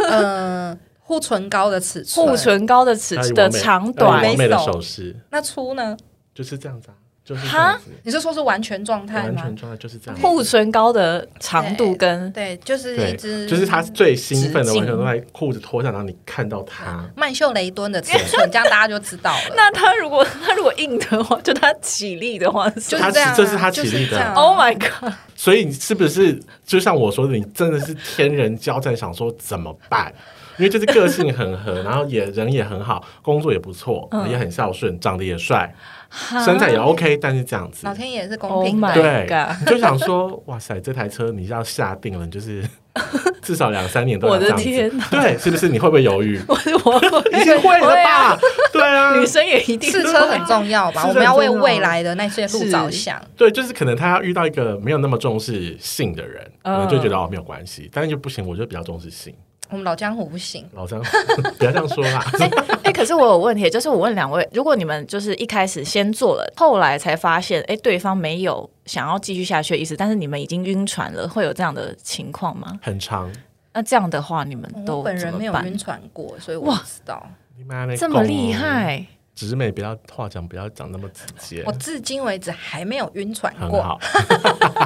[SPEAKER 2] 呃护唇膏的尺寸。
[SPEAKER 1] 啊护唇膏的尺
[SPEAKER 3] 还有
[SPEAKER 1] 的
[SPEAKER 3] 完美
[SPEAKER 1] 长
[SPEAKER 3] 还有
[SPEAKER 1] 短
[SPEAKER 3] 完美的
[SPEAKER 2] 没手
[SPEAKER 3] 手势
[SPEAKER 2] 那粗呢？
[SPEAKER 3] 就是这样子啊。就是这样
[SPEAKER 1] 哈
[SPEAKER 3] 子，
[SPEAKER 2] 你是说是完全状态
[SPEAKER 3] 完
[SPEAKER 2] 吗
[SPEAKER 3] 全？状态就是这样子。
[SPEAKER 1] 护唇膏的长度跟
[SPEAKER 2] 对，就是一
[SPEAKER 3] 对，
[SPEAKER 2] 只，
[SPEAKER 3] 就是他最兴奋的，
[SPEAKER 1] 直径
[SPEAKER 3] 完全都在裤子脱下，然后你看到他，
[SPEAKER 2] 曼秀雷敦的尺寸，这样大家就知道 了。
[SPEAKER 1] 那它如果它如果硬的话，就它起立的话是
[SPEAKER 2] 就
[SPEAKER 3] 他
[SPEAKER 2] 是这样啊、
[SPEAKER 3] 这是他
[SPEAKER 2] 就是
[SPEAKER 3] 起立的
[SPEAKER 2] 这样啊
[SPEAKER 1] Oh my god！
[SPEAKER 3] 所以你是不是就像我说的，你真的是天人交战，想说怎么办？因为就是个性很 合，然后也人也很好，工作也不错，
[SPEAKER 1] 嗯
[SPEAKER 3] 也很孝顺，长得也帅，身材也 OK，但是这样子
[SPEAKER 2] 老，天爷是
[SPEAKER 1] Oh
[SPEAKER 2] 公平的
[SPEAKER 1] my
[SPEAKER 3] 对啊
[SPEAKER 1] god！，
[SPEAKER 3] 你就想说， 哇塞，这台车你要下定了，你就是 至少两三年都要
[SPEAKER 1] 我的
[SPEAKER 3] 这样子
[SPEAKER 1] 天哪，
[SPEAKER 3] 对，是不是？你会不会犹豫？
[SPEAKER 1] 我是我
[SPEAKER 3] 一定会的
[SPEAKER 1] 会
[SPEAKER 3] 吧
[SPEAKER 1] 啊？
[SPEAKER 3] 对啊，
[SPEAKER 1] 女生也一定
[SPEAKER 2] 试车很重要吧？
[SPEAKER 3] 试车很重要
[SPEAKER 2] 我们要为未来的那些路着想。
[SPEAKER 3] 对，就是可能他要遇到一个没有那么重视性的人，可
[SPEAKER 1] 嗯
[SPEAKER 3] 能就觉得哦没有关系，但是就不行，我就比较重视性。
[SPEAKER 2] 我们老江湖不行，
[SPEAKER 3] 老张， 不要这样说啦。
[SPEAKER 1] 哎、可是我有问题，就是我问两位，如果你们就是一开始先做了，后来才发现，哎、对方没有想要继续下去的意思，但是你们已经晕船了，会有这样的情况吗？
[SPEAKER 3] 很长，
[SPEAKER 1] 那这样的话，你们都
[SPEAKER 2] 我本
[SPEAKER 1] 怎
[SPEAKER 2] 人
[SPEAKER 1] 么
[SPEAKER 2] 没有
[SPEAKER 1] 办
[SPEAKER 2] 晕船过，所以我不知道。
[SPEAKER 3] 你妈那
[SPEAKER 1] 这么厉，害，
[SPEAKER 3] 直美不要话讲，不要讲那么直接
[SPEAKER 2] 我，至今为止还没有晕船
[SPEAKER 3] 很
[SPEAKER 2] 过。
[SPEAKER 3] 好。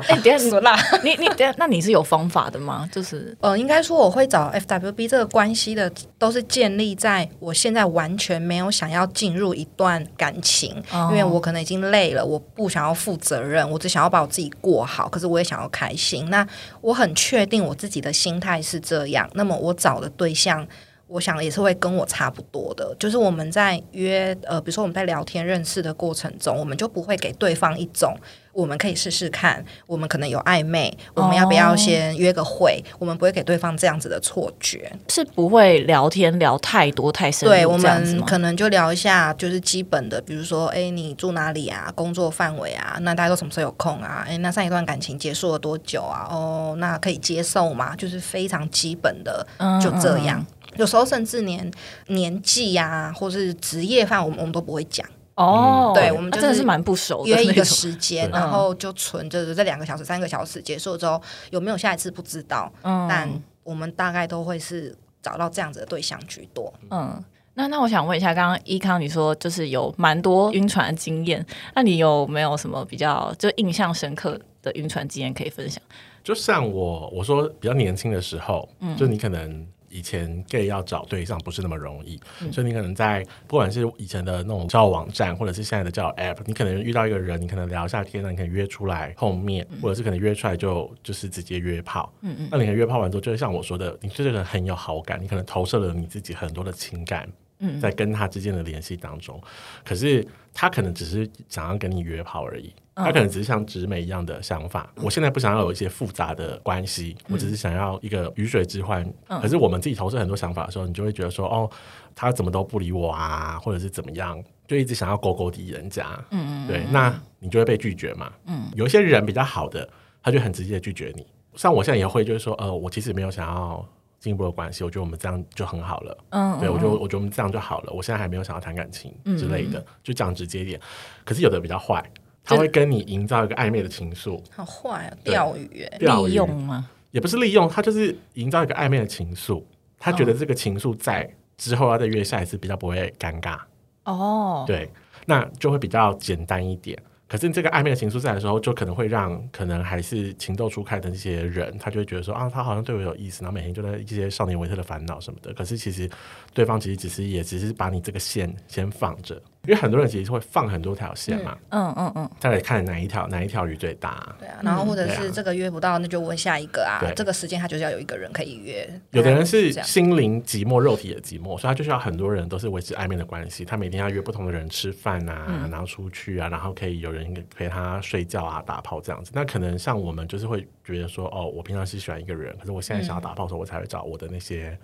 [SPEAKER 1] 哎、等一下
[SPEAKER 2] 死啦！
[SPEAKER 1] 你你你等一下，那你是有方法的吗？就是
[SPEAKER 2] 呃，应该说我会找 FWB 这个关系的，都是建立在我现在完全没有想要进入一段感情，
[SPEAKER 1] 哦
[SPEAKER 2] 因为我可能已经累了，我不想要负责任，我只想要把我自己过好，可是我也想要开心。那我很确定我自己的心态是这样，那么我找的对象。我想也是会跟我差不多的，就是我们在约呃，比如说我们在聊天认识的过程中，我们就不会给对方一种我们可以试试看，我们可能有暧昧，我们要不要
[SPEAKER 1] 哦
[SPEAKER 2] 先约个会？我们不会给对方这样子的错觉。
[SPEAKER 1] 是不会聊天聊太多太深
[SPEAKER 2] 对
[SPEAKER 1] 入
[SPEAKER 2] 我
[SPEAKER 1] 这样子
[SPEAKER 2] 们
[SPEAKER 1] 吗？
[SPEAKER 2] 可能就聊一下，就是基本的，比如说，哎，你住哪里啊？工作范围啊？那大家都什么时候有空啊？哎，那上一段感情结束了多久啊？哦，那可以接受吗？就是非常基本的，
[SPEAKER 1] 嗯
[SPEAKER 2] 就这样。有时候甚至连年纪呀、或是职业范，我们我们都不会讲，
[SPEAKER 1] 哦，
[SPEAKER 2] 对我们
[SPEAKER 1] 啊
[SPEAKER 2] 就是
[SPEAKER 1] 真的是蛮不熟的
[SPEAKER 2] 约一
[SPEAKER 1] 那种
[SPEAKER 2] 个时间，
[SPEAKER 3] 对
[SPEAKER 2] 然后就存着这两个小时、三个小时结束之后，有没有下一次不知道，
[SPEAKER 1] 嗯
[SPEAKER 2] 但我们大概都会是找到这样子的对象居多。
[SPEAKER 1] 嗯，那那我想问一下，刚刚依康你说就是有蛮多晕船的经验，那你有没有什么比较就印象深刻的晕船经验可以分享？
[SPEAKER 3] 就像我我说比较年轻的时候，就你可能。以前 gay 要找对象不是那么容易，所以你可能在不管是以前的那种交友网站，或者是现在的交友 app，你可能遇到一个人，你可能聊一下天，那你可能约出来碰面，或者是可能约出来就就是直接约炮，嗯嗯，那你可能约炮完之后，就像我说的，你对这个人很有好感，你可能投射了你自己很多的情感，嗯，在跟他之间的联系当中，可是他可能只是想要跟你约炮而已，他可能只是像直美一样的想法。我现在不想要有一些复杂的关系，我只是想要一个鱼水之欢。可是我们自己投射很多想法的时候，你就会觉得说，哦，他怎么都不理我啊，或者是怎么样，就一直想要勾勾底人家。嗯嗯，对，那你就会被拒绝嘛。嗯，有一些人比较好的，他就很直接的拒绝你。像我现在也会，就是说，呃，我其实没有想要进一步的关系，我觉得我们这样就很好了。
[SPEAKER 1] 嗯，
[SPEAKER 3] 对，我就我觉得我们这样就好了。我现在还没有想要谈感情之类的，就讲直接一点。可是有的比较坏，他会跟你营造一个暧昧的情愫，
[SPEAKER 2] 好坏啊，
[SPEAKER 3] 对
[SPEAKER 2] 钓鱼耶、
[SPEAKER 3] 钓鱼
[SPEAKER 1] 利用吗？
[SPEAKER 3] 也不是利用，他就是营造一个暧昧的情愫。他觉得
[SPEAKER 1] 哦
[SPEAKER 3] 这个情愫在之后要再约下一次比较不会尴尬，
[SPEAKER 1] 哦，
[SPEAKER 3] 对，那就会比较简单一点。可是这个暧昧的情愫在的时候，就可能会让可能还是情窦初开的那些人，他就会觉得说啊，他好像对我有意思，然后每天就在一些少年维特的烦恼什么的。可是其实对方其实只是也只是把你这个线先放着，因为很多人其实会放很多条线嘛，
[SPEAKER 1] 嗯嗯嗯，
[SPEAKER 3] 大家看哪一条哪一条鱼最大啊、
[SPEAKER 2] 对啊，然后或者
[SPEAKER 3] 对啊
[SPEAKER 2] 是这个约不到，那就问下一个啊
[SPEAKER 3] 对。
[SPEAKER 2] 这个时间他就是要有一个人可以约。
[SPEAKER 3] 有的人
[SPEAKER 2] 大概
[SPEAKER 3] 是
[SPEAKER 2] 这样
[SPEAKER 3] 心灵寂寞，肉体也寂寞，所以他就需要很多人都是维持暧昧的关系。他每天要约不同的人吃饭啊，然后出去啊，然后可以有人陪他睡觉啊、打炮这样子。那可能像我们就是会觉得说，哦，我平常是喜欢一个人，可是我现在想要打炮的时候，我才会找我的那些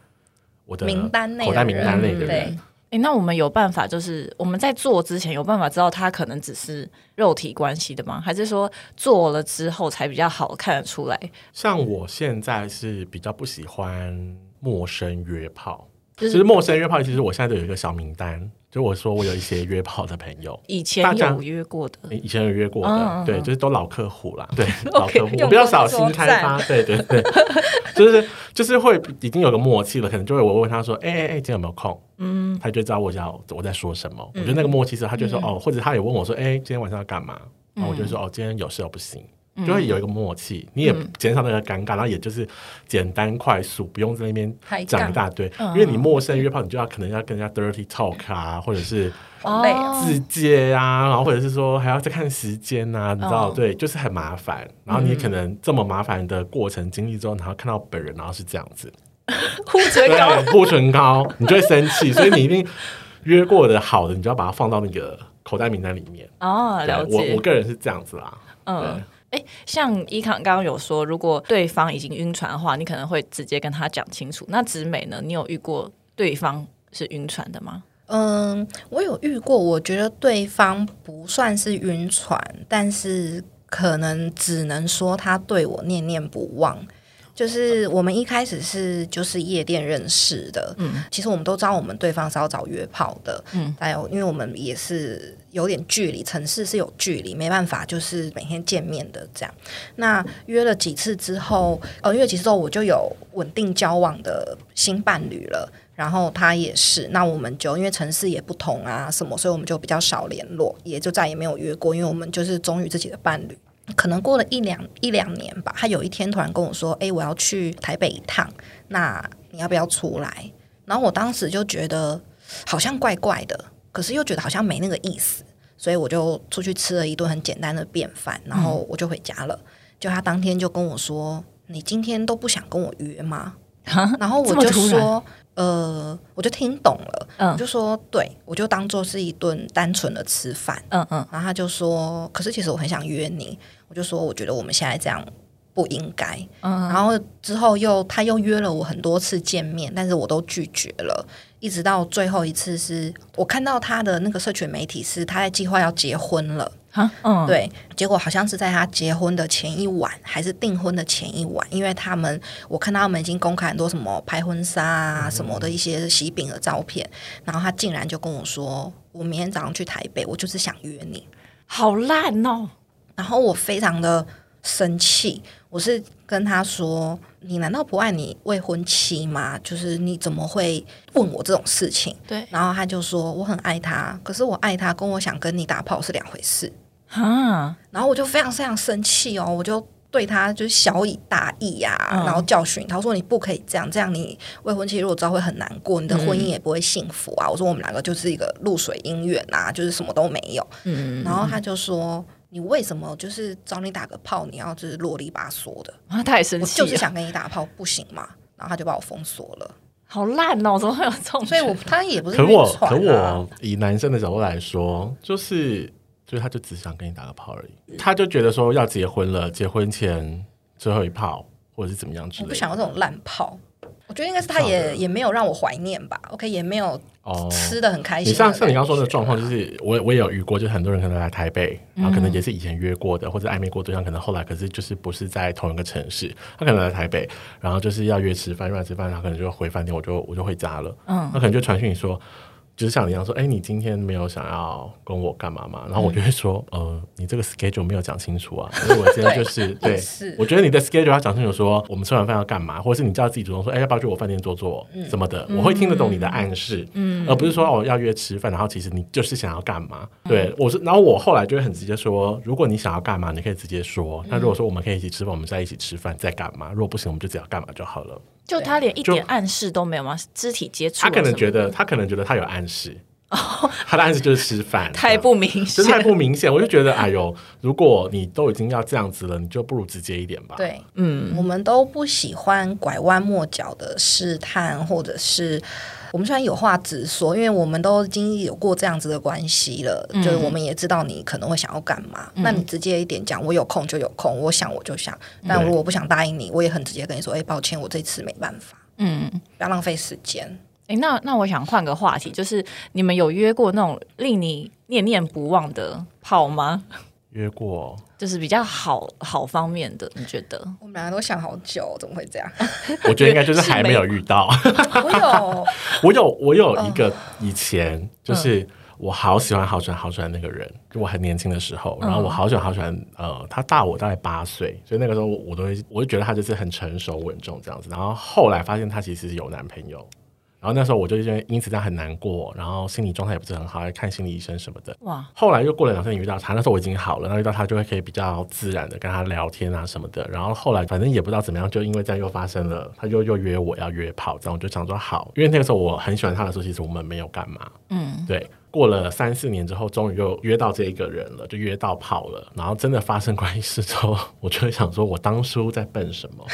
[SPEAKER 3] 我的
[SPEAKER 2] 名单内的
[SPEAKER 3] 口袋名单内的
[SPEAKER 2] 人
[SPEAKER 3] 人。
[SPEAKER 1] 哎、那我们有办法，就是我们在做之前有办法知道他可能只是肉体关系的吗？还是说做了之后才比较好看得出来？
[SPEAKER 3] 像我现在是比较不喜欢陌生约炮。
[SPEAKER 1] 就
[SPEAKER 3] 其实
[SPEAKER 1] 是
[SPEAKER 3] 陌生约炮，其实我现在都有一个小名单，就我说我有一些约炮的朋友。
[SPEAKER 1] 以
[SPEAKER 3] 大
[SPEAKER 1] 前
[SPEAKER 3] 家
[SPEAKER 1] 有约过的，
[SPEAKER 3] 以前有约过
[SPEAKER 1] 嗯
[SPEAKER 3] 的，
[SPEAKER 1] 嗯嗯
[SPEAKER 3] 对，就是都老客户啦，对，老客户，
[SPEAKER 2] 用
[SPEAKER 3] 我比较
[SPEAKER 2] 过
[SPEAKER 3] 少
[SPEAKER 2] 就
[SPEAKER 3] 新
[SPEAKER 2] 说
[SPEAKER 3] 开发，对对对，就是就是会已经有个默契了，可能就会我问他说，哎哎哎，今天有没有空？嗯，他就知道我要我在说什么。我觉得那个默契是，他就说、哦，或者他也问我说，哎、今天晚上要干嘛？然后我就说、哦，今天有事又不行。就会有一个默契，你也减少那个尴尬，然后也就是简单快速，不用在那边
[SPEAKER 2] 抬杠
[SPEAKER 3] 讲一大堆。因为你陌生约炮，你就要可能要跟人家 dirty talk 啊，或者是
[SPEAKER 2] 好累哦
[SPEAKER 3] 自介啊，然后或者是说还要再看时间啊，你知道，
[SPEAKER 1] 哦
[SPEAKER 3] 对，就是很麻烦。然后你可能这么麻烦的过程经历之后，然后看到本人，然后是这样子，
[SPEAKER 1] 护唇
[SPEAKER 3] 对
[SPEAKER 1] 膏，，
[SPEAKER 3] 护唇膏，你就会生气，所以你一定约过的好的，你就要把它放到那个口袋名单里面。
[SPEAKER 1] 哦，了
[SPEAKER 3] 对我呃
[SPEAKER 1] 解
[SPEAKER 3] 我，个人是这样子啦，
[SPEAKER 1] 嗯。哎，像伊康刚刚有说，如果对方已经晕船的话，你可能会直接跟他讲清楚。那直美呢？你有遇过对方是晕船的吗？
[SPEAKER 2] 嗯，我有遇过，我觉得对方不算是晕船，但是可能只能说他对我念念不忘。就是我们一开始是就是夜店认识的，嗯，其实我们都知道我们对方是要找约炮的，嗯，还有因为我们也是有点距离，城市是有距离，没办法就是每天见面的这样。那约了几次之后，呃，约了几次之后我就有稳定交往的新伴侣了。然后他也是，那我们就因为城市也不同啊，什么，所以我们就比较少联络，也就再也没有约过，因为我们就是忠于自己的伴侣。可能过了一两一两年吧，他有一天突然跟我说：“哎、我要去台北一趟，那你要不要出来？”然后我当时就觉得好像怪怪的，可是又觉得好像没那个意思，所以我就出去吃了一顿很简单的便饭，然后我就回家
[SPEAKER 1] 嗯
[SPEAKER 2] 了。就他当天就跟我说：“你今天都不想跟我约吗？”然后我
[SPEAKER 1] 这么
[SPEAKER 2] 就
[SPEAKER 1] 突然
[SPEAKER 2] 说：“呃，我就听懂了。”
[SPEAKER 1] 嗯
[SPEAKER 2] 我就说：“对，我就当做是一顿单纯的吃饭。”
[SPEAKER 1] 嗯嗯，
[SPEAKER 2] 然后他就说：“可是其实我很想约你。”我就说：“我觉得我们现在这样不应该。
[SPEAKER 1] 嗯
[SPEAKER 2] 然后之后又他又约了我很多次见面，但是我都拒绝了。一直到最后一次是我看到他的那个社群媒体是他在计划要结婚了，
[SPEAKER 1] 哈，嗯，
[SPEAKER 2] 对，结果好像是在他结婚的前一晚，还是订婚的前一晚，因为他们我看到他们已经公开很多什么拍婚纱啊什么的一些喜饼的照片，然后他竟然就跟我说：“我明天早上去台北，我就是想约你。”
[SPEAKER 1] 好烂哦，
[SPEAKER 2] 然后我非常的生气，我是跟他说：“你难道不爱你未婚妻吗？就是你怎么会问我这种事情
[SPEAKER 1] 对？”，
[SPEAKER 2] 然后他就说：“我很爱他，可是我爱他跟我想跟你打炮是两回事。
[SPEAKER 1] 哈，”
[SPEAKER 2] 然后我就非常非常生气哦，我就。对他就是小以大义呀、
[SPEAKER 1] 嗯
[SPEAKER 2] 然后教训他我说你不可以这样，这样你未婚妻如果知道会很难过，你的婚姻也不会幸福啊。我说我们两个就是一个露水姻缘啊，就是什么都没有。
[SPEAKER 1] 嗯，
[SPEAKER 2] 然后他就说：“你为什么就是找你打个炮，你要就是啰里吧嗦的？
[SPEAKER 1] 啊，他也生
[SPEAKER 2] 我
[SPEAKER 1] 气了，
[SPEAKER 2] 就是想跟你打炮，不行吗？”然后他就把我封锁了。
[SPEAKER 1] 好烂哦，怎么会有这种人？
[SPEAKER 2] 所以我他也不是
[SPEAKER 3] 啊可我
[SPEAKER 2] 晕船
[SPEAKER 3] 可
[SPEAKER 2] 啊
[SPEAKER 3] 我以男生的角度来说，就是就是他就只想跟你打个炮而已，他就觉得说要结婚了，结婚前最后一炮或者是怎么样之
[SPEAKER 2] 我
[SPEAKER 3] 类
[SPEAKER 2] 不
[SPEAKER 3] 的，
[SPEAKER 2] 想要这种烂炮。我觉得应该是他
[SPEAKER 3] 不晓
[SPEAKER 2] 也
[SPEAKER 3] 得
[SPEAKER 2] 也没有让我怀念吧，OK，也没有
[SPEAKER 3] 啊哦
[SPEAKER 2] 吃的很开
[SPEAKER 3] 你
[SPEAKER 2] 心的
[SPEAKER 3] 像
[SPEAKER 2] 感觉。
[SPEAKER 3] 像你刚刚说的状况，就是我我也有遇过，就是很多人可能来台北，
[SPEAKER 2] 嗯
[SPEAKER 3] 然后可能也是以前约过的、或者暧昧过对象，可能后来可是就是不是在同一个城市，他可能来台北，然后就是要约吃饭，约完吃饭，然后可能就回饭店，我就我就回家了，嗯，他可能就传讯说。就是像你一样说，哎、你今天没有想要跟我干嘛嘛？然后我就会说，呃，你这个 schedule 没有讲清楚啊， 因为我今天就是对，
[SPEAKER 2] 是
[SPEAKER 3] 我觉得你的 schedule 要讲清楚，说我们吃完饭要干嘛，或者是你叫自己主动说，哎、要不要去我饭店坐坐、什么的，我会听得懂你的暗示，嗯，而不是说哦要约吃饭，然后其实你就是想要干嘛，对我是，然后我后来就会很直接说，如果你想要干嘛，你可以直接说，那如果说我们可以一起吃饭，我们再一起吃饭，再干嘛？如果不行，我们就只要干嘛就好了。
[SPEAKER 1] 就他连一
[SPEAKER 3] 就
[SPEAKER 1] 点暗示都没有吗？肢体接触啊
[SPEAKER 3] 他
[SPEAKER 1] 什么的，
[SPEAKER 3] 可能觉得，他可能觉得他有暗示， 他的暗示就是吃 饭，
[SPEAKER 1] 太不明显，
[SPEAKER 3] 这太不明嗯显，我就觉得，哎呦，如果你都已经要这样子了，你就不如直接一点吧。，
[SPEAKER 2] 对，
[SPEAKER 1] 嗯，
[SPEAKER 2] 我们都不喜欢拐弯抹角的试探，或者是我们虽然有话直说，因为我们都已经有过这样子的关系了，就是我们也知道你可能会想要干嘛，那你直接一点讲，我有空就有空，我想我就想，但
[SPEAKER 3] 对
[SPEAKER 2] 如果不想答应你，我也很直接跟你说，哎、抱歉，我这次没办法，
[SPEAKER 1] 嗯。
[SPEAKER 2] 不要浪费时间。
[SPEAKER 1] 哎，那那我想换个话题，就是你们有约过那种令你念念不忘的炮吗？
[SPEAKER 3] 约过，
[SPEAKER 1] 就是比较好好方面的，你觉得？
[SPEAKER 2] 我们两个都想好久，怎么会这样？
[SPEAKER 3] 我觉得应该就是还没有遇到。
[SPEAKER 2] 我 有，
[SPEAKER 3] 我有我有一个以前就是我好喜欢好喜欢好喜欢那个人，就我很年轻的时候，然后我好喜欢好喜欢呃，他大我大概八岁，所以那个时候我我都会我就觉得他就是很成熟稳重这样子，然后后来发现他其实是有男朋友。然后那时候我就因为因此他很难过，然后心理状态也不是很好，还看心理医生什么的。
[SPEAKER 1] 哇，
[SPEAKER 3] 后来又过了两三年遇到他，那时候我已经好了，然后遇到他就会可以比较自然的跟他聊天啊什么的。然后后来反正也不知道怎么样，就因为这样又发生了，他又又约我要约炮，这样我就想说好，因为那个时候我很喜欢他的时候，其实我们没有干嘛，
[SPEAKER 1] 嗯，
[SPEAKER 3] 对。过了三四年之后，终于又约到这一个人了，就约到炮了。然后真的发生关系事之后，我就会想说，我当初在笨 什么？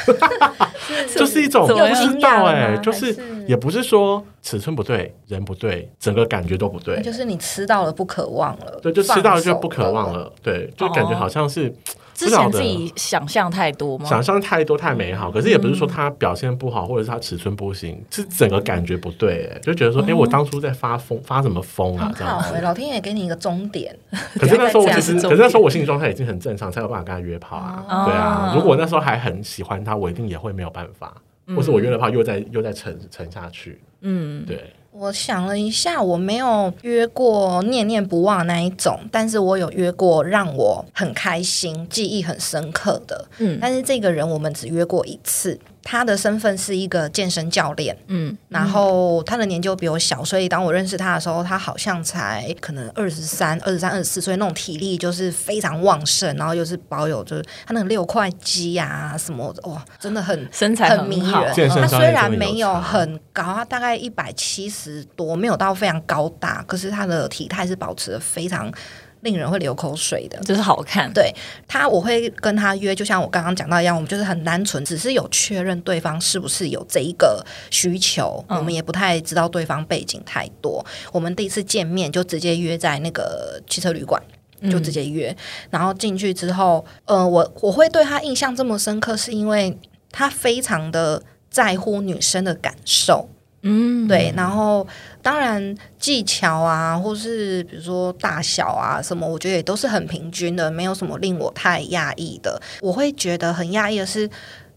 [SPEAKER 3] 就是一种
[SPEAKER 1] 怎
[SPEAKER 3] 不
[SPEAKER 1] 么样
[SPEAKER 3] 知道哎、
[SPEAKER 2] 吗
[SPEAKER 3] 就是
[SPEAKER 2] 还是
[SPEAKER 3] 也不是说尺寸不对、人不对，整个感觉都不对。
[SPEAKER 2] 就是你吃到了不渴望了，
[SPEAKER 3] 对，就吃到就不
[SPEAKER 2] 放手哦
[SPEAKER 3] 渴望。了，对，就感觉好像是、
[SPEAKER 1] 之前自己想象太多吗？
[SPEAKER 3] 想象太多太美
[SPEAKER 2] 嗯
[SPEAKER 3] 好，可是也不是说他表现不好，或者是他尺寸不行，是整个感觉不对，哎，就觉得说，哎、我当初在发疯，发什么疯啊
[SPEAKER 2] 嗯很
[SPEAKER 3] 这
[SPEAKER 2] 好
[SPEAKER 3] 样
[SPEAKER 2] 哎、
[SPEAKER 3] 子。
[SPEAKER 2] 老天爷给你一个终点，
[SPEAKER 3] 可是那时候我
[SPEAKER 2] 不要再这
[SPEAKER 3] 其实
[SPEAKER 2] 样，
[SPEAKER 1] 子
[SPEAKER 3] 可是那时候我心理状态已经很正常，才有办法跟他约炮啊，
[SPEAKER 1] 哦
[SPEAKER 3] 对啊
[SPEAKER 1] 哦。
[SPEAKER 3] 如果那时候还很喜欢他，我一定也会没有办法，
[SPEAKER 2] 嗯
[SPEAKER 3] 或是我约了炮又再又再沉沉下去，
[SPEAKER 1] 嗯，
[SPEAKER 3] 对，
[SPEAKER 2] 我想了一下，我没有约过念念不忘那一种，但是我有约过让我很开心、记忆很深刻的。
[SPEAKER 1] 嗯
[SPEAKER 2] 但是这个人我们只约过一次，他的身份是一个健身教练，
[SPEAKER 1] 嗯，
[SPEAKER 2] 然后他的年纪又比我小，所以当我认识他的时候，他好像才可能二十三、二十三、二十四岁，那种体力就是非常旺盛，然后又是保有就是他那个六块肌啊什么的，哇，真的很
[SPEAKER 1] 身材
[SPEAKER 2] 很迷
[SPEAKER 1] 好
[SPEAKER 2] 人，。
[SPEAKER 3] 健身
[SPEAKER 2] 他
[SPEAKER 3] 教
[SPEAKER 2] 虽
[SPEAKER 3] 练
[SPEAKER 2] 然
[SPEAKER 3] 真的有
[SPEAKER 2] 没有
[SPEAKER 3] 差
[SPEAKER 2] 很高，他大概一百七十多，没有到非常高大，可是他的体态是保持的非常令人会流口水的。
[SPEAKER 1] 就是好看，
[SPEAKER 2] 对他，我会跟他约，就像我刚刚讲到一样，我们就是很单纯，只是有确认对方是不是有这一个需求，
[SPEAKER 1] 嗯
[SPEAKER 2] 我们也不太知道对方背景太多。我们第一次见面就直接约在那个汽车旅馆。
[SPEAKER 1] 嗯
[SPEAKER 2] 就直接约，然后进去之后，呃，我我会对他印象这么深刻，是因为他非常的在乎女生的感受，
[SPEAKER 1] 嗯，
[SPEAKER 2] 对，然后当然技巧啊，或是比如说大小啊什么，我觉得也都是很平均的，没有什么令我太讶异的。我会觉得很讶异的是，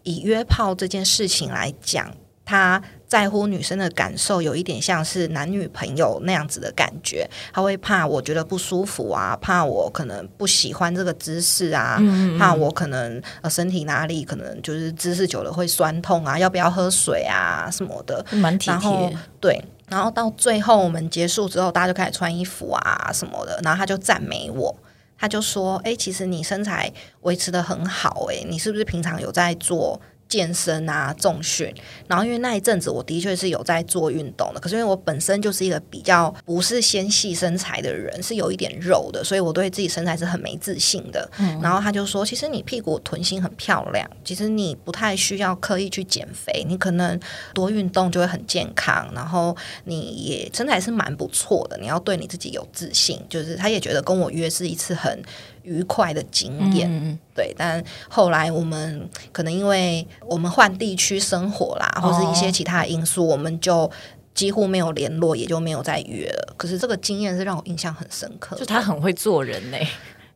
[SPEAKER 2] 以约炮这件事情来讲，他在乎女生的感受，有一点像是男女朋友那样子的感觉。他会怕我觉得不舒服啊，怕我可能不喜欢这个姿势
[SPEAKER 1] 嗯
[SPEAKER 2] 啊，怕我可能呃身体哪里可能就是姿势久了会酸痛啊，要不要喝水啊什么的。
[SPEAKER 1] 蛮体
[SPEAKER 2] 然后
[SPEAKER 1] 贴，
[SPEAKER 2] 对，然后到最后我们结束之后，大家就开始穿衣服啊什么的，然后他就赞美我。他就说：“哎、其实你身材维持的很好、诶，哎，你是不是平常有在做健身啊、重训？然后因为那一阵子我的确是有在做运动的，可是因为我本身就是一个比较不是纤细身材的人，是有一点肉的，所以我对自己身材是很没自信的。然后他就说，其实你屁股臀型很漂亮，其实你不太需要刻意去减肥，你可能多运动就会很健康，然后你也身材是蛮不错的，你要对你自己有自信。就是他也觉得跟我约是一次很愉快的经验，
[SPEAKER 1] 嗯
[SPEAKER 2] 对，但后来我们可能因为我们换地区生活啦，或是一
[SPEAKER 1] 哦
[SPEAKER 2] 些其他的因素，我们就几乎没有联络，也就没有再约了。可是这个经验是让我印象很深刻，
[SPEAKER 1] 就他很会做人呢，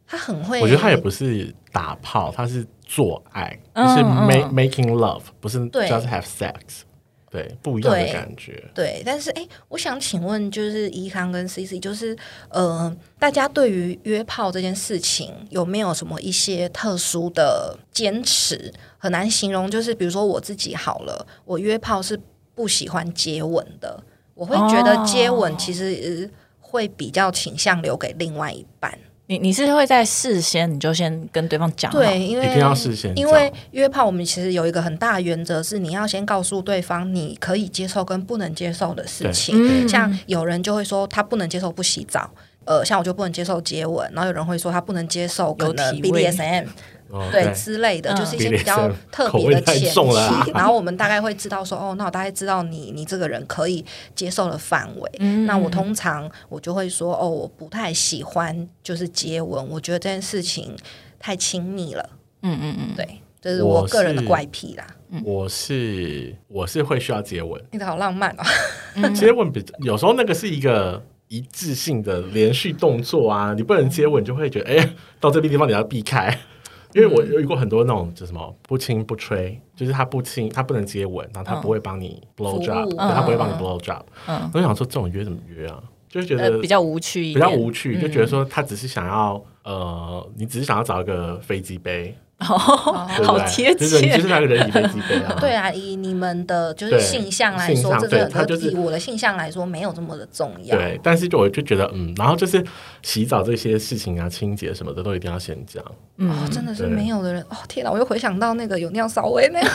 [SPEAKER 2] 他很会，
[SPEAKER 3] 我觉得他也不是打炮，他是做爱，就是
[SPEAKER 1] 嗯
[SPEAKER 3] make、
[SPEAKER 1] 嗯
[SPEAKER 3] making love，不是
[SPEAKER 2] 对
[SPEAKER 3] just have sex，对，不一样的
[SPEAKER 2] 对
[SPEAKER 3] 感觉。
[SPEAKER 2] 对，但是哎、诶我想请问，就是怡康跟 CC，就是呃，大家对于约炮这件事情有没有什么一些特殊的坚持？很难形容，就是比如说我自己好了，我约炮是不喜欢接吻的，我会觉得接吻其实、呃会比较倾向留给另外一半。
[SPEAKER 1] 你你是会在事先你就先跟对方讲好，
[SPEAKER 2] 对，因为
[SPEAKER 3] 一定要事先
[SPEAKER 2] 因
[SPEAKER 3] 讲
[SPEAKER 2] 为约炮，我们其实有一个很大的原则是，你要先告诉对方你可以接受跟不能接受的事情。
[SPEAKER 1] 嗯
[SPEAKER 2] 像有人就会说他不能接受不洗澡，呃，像我就不能接受接吻，然后有人会说他不能接受可能
[SPEAKER 1] 有体味
[SPEAKER 2] BDSM
[SPEAKER 3] 哦
[SPEAKER 2] 对之类的，
[SPEAKER 1] 嗯
[SPEAKER 2] 就是一些比较特别的前
[SPEAKER 3] 口味太重了啊
[SPEAKER 2] 提。然后我们大概会知道说，哦，那我大概知道你你这个人可以接受的范围。
[SPEAKER 1] 嗯
[SPEAKER 2] 那我通常我就会说，哦，我不太喜欢就是接吻，我觉得这件事情太亲密了。
[SPEAKER 1] 嗯嗯嗯，
[SPEAKER 2] 对，这、是
[SPEAKER 3] 我
[SPEAKER 2] 我个人的
[SPEAKER 3] 是
[SPEAKER 2] 怪癖啦。
[SPEAKER 3] 我是我是会需要接吻，
[SPEAKER 2] 你的好浪漫哦，
[SPEAKER 1] 嗯
[SPEAKER 3] 接吻比有时候那个是一个。一致性的连续动作啊，你不能接吻，你就会觉得哎、到这边地方你要避
[SPEAKER 1] 嗯
[SPEAKER 3] 开。因为我有遇过很多那种，就是什么不亲不吹，就是他不亲，他不能接吻，然后他
[SPEAKER 1] 嗯
[SPEAKER 3] 不会帮你 blow
[SPEAKER 2] 服务。
[SPEAKER 3] job，、对
[SPEAKER 1] 嗯
[SPEAKER 3] 他不会帮你
[SPEAKER 1] 嗯
[SPEAKER 3] blow job。
[SPEAKER 1] 嗯，
[SPEAKER 3] 我就想说，这种约怎么约啊？就是觉得、
[SPEAKER 1] 呃，比较无趣一
[SPEAKER 3] 比
[SPEAKER 1] 点，
[SPEAKER 3] 较无趣，就觉得说他只是想要呃，你只是想要找一个飞机杯，对不
[SPEAKER 1] 好
[SPEAKER 3] 对
[SPEAKER 1] 贴
[SPEAKER 3] 就是你
[SPEAKER 1] 切
[SPEAKER 3] 就是那个人以飞机杯啊
[SPEAKER 2] 对啊，以你们的就是
[SPEAKER 3] 对
[SPEAKER 2] 性向来
[SPEAKER 3] 性
[SPEAKER 2] 说，
[SPEAKER 3] 向
[SPEAKER 2] 这
[SPEAKER 3] 对
[SPEAKER 2] 个
[SPEAKER 3] 它就是
[SPEAKER 2] 以我的性向来说没有这么的重要。
[SPEAKER 3] 对，但是就我就觉得嗯，然后就是洗澡这些事情啊、清洁什么的都一定要先讲，
[SPEAKER 1] 嗯
[SPEAKER 2] 哦，真的是
[SPEAKER 3] 嗯对嗯
[SPEAKER 2] 没有的人哦！天哪，我又回想到那个有尿骚味 那个，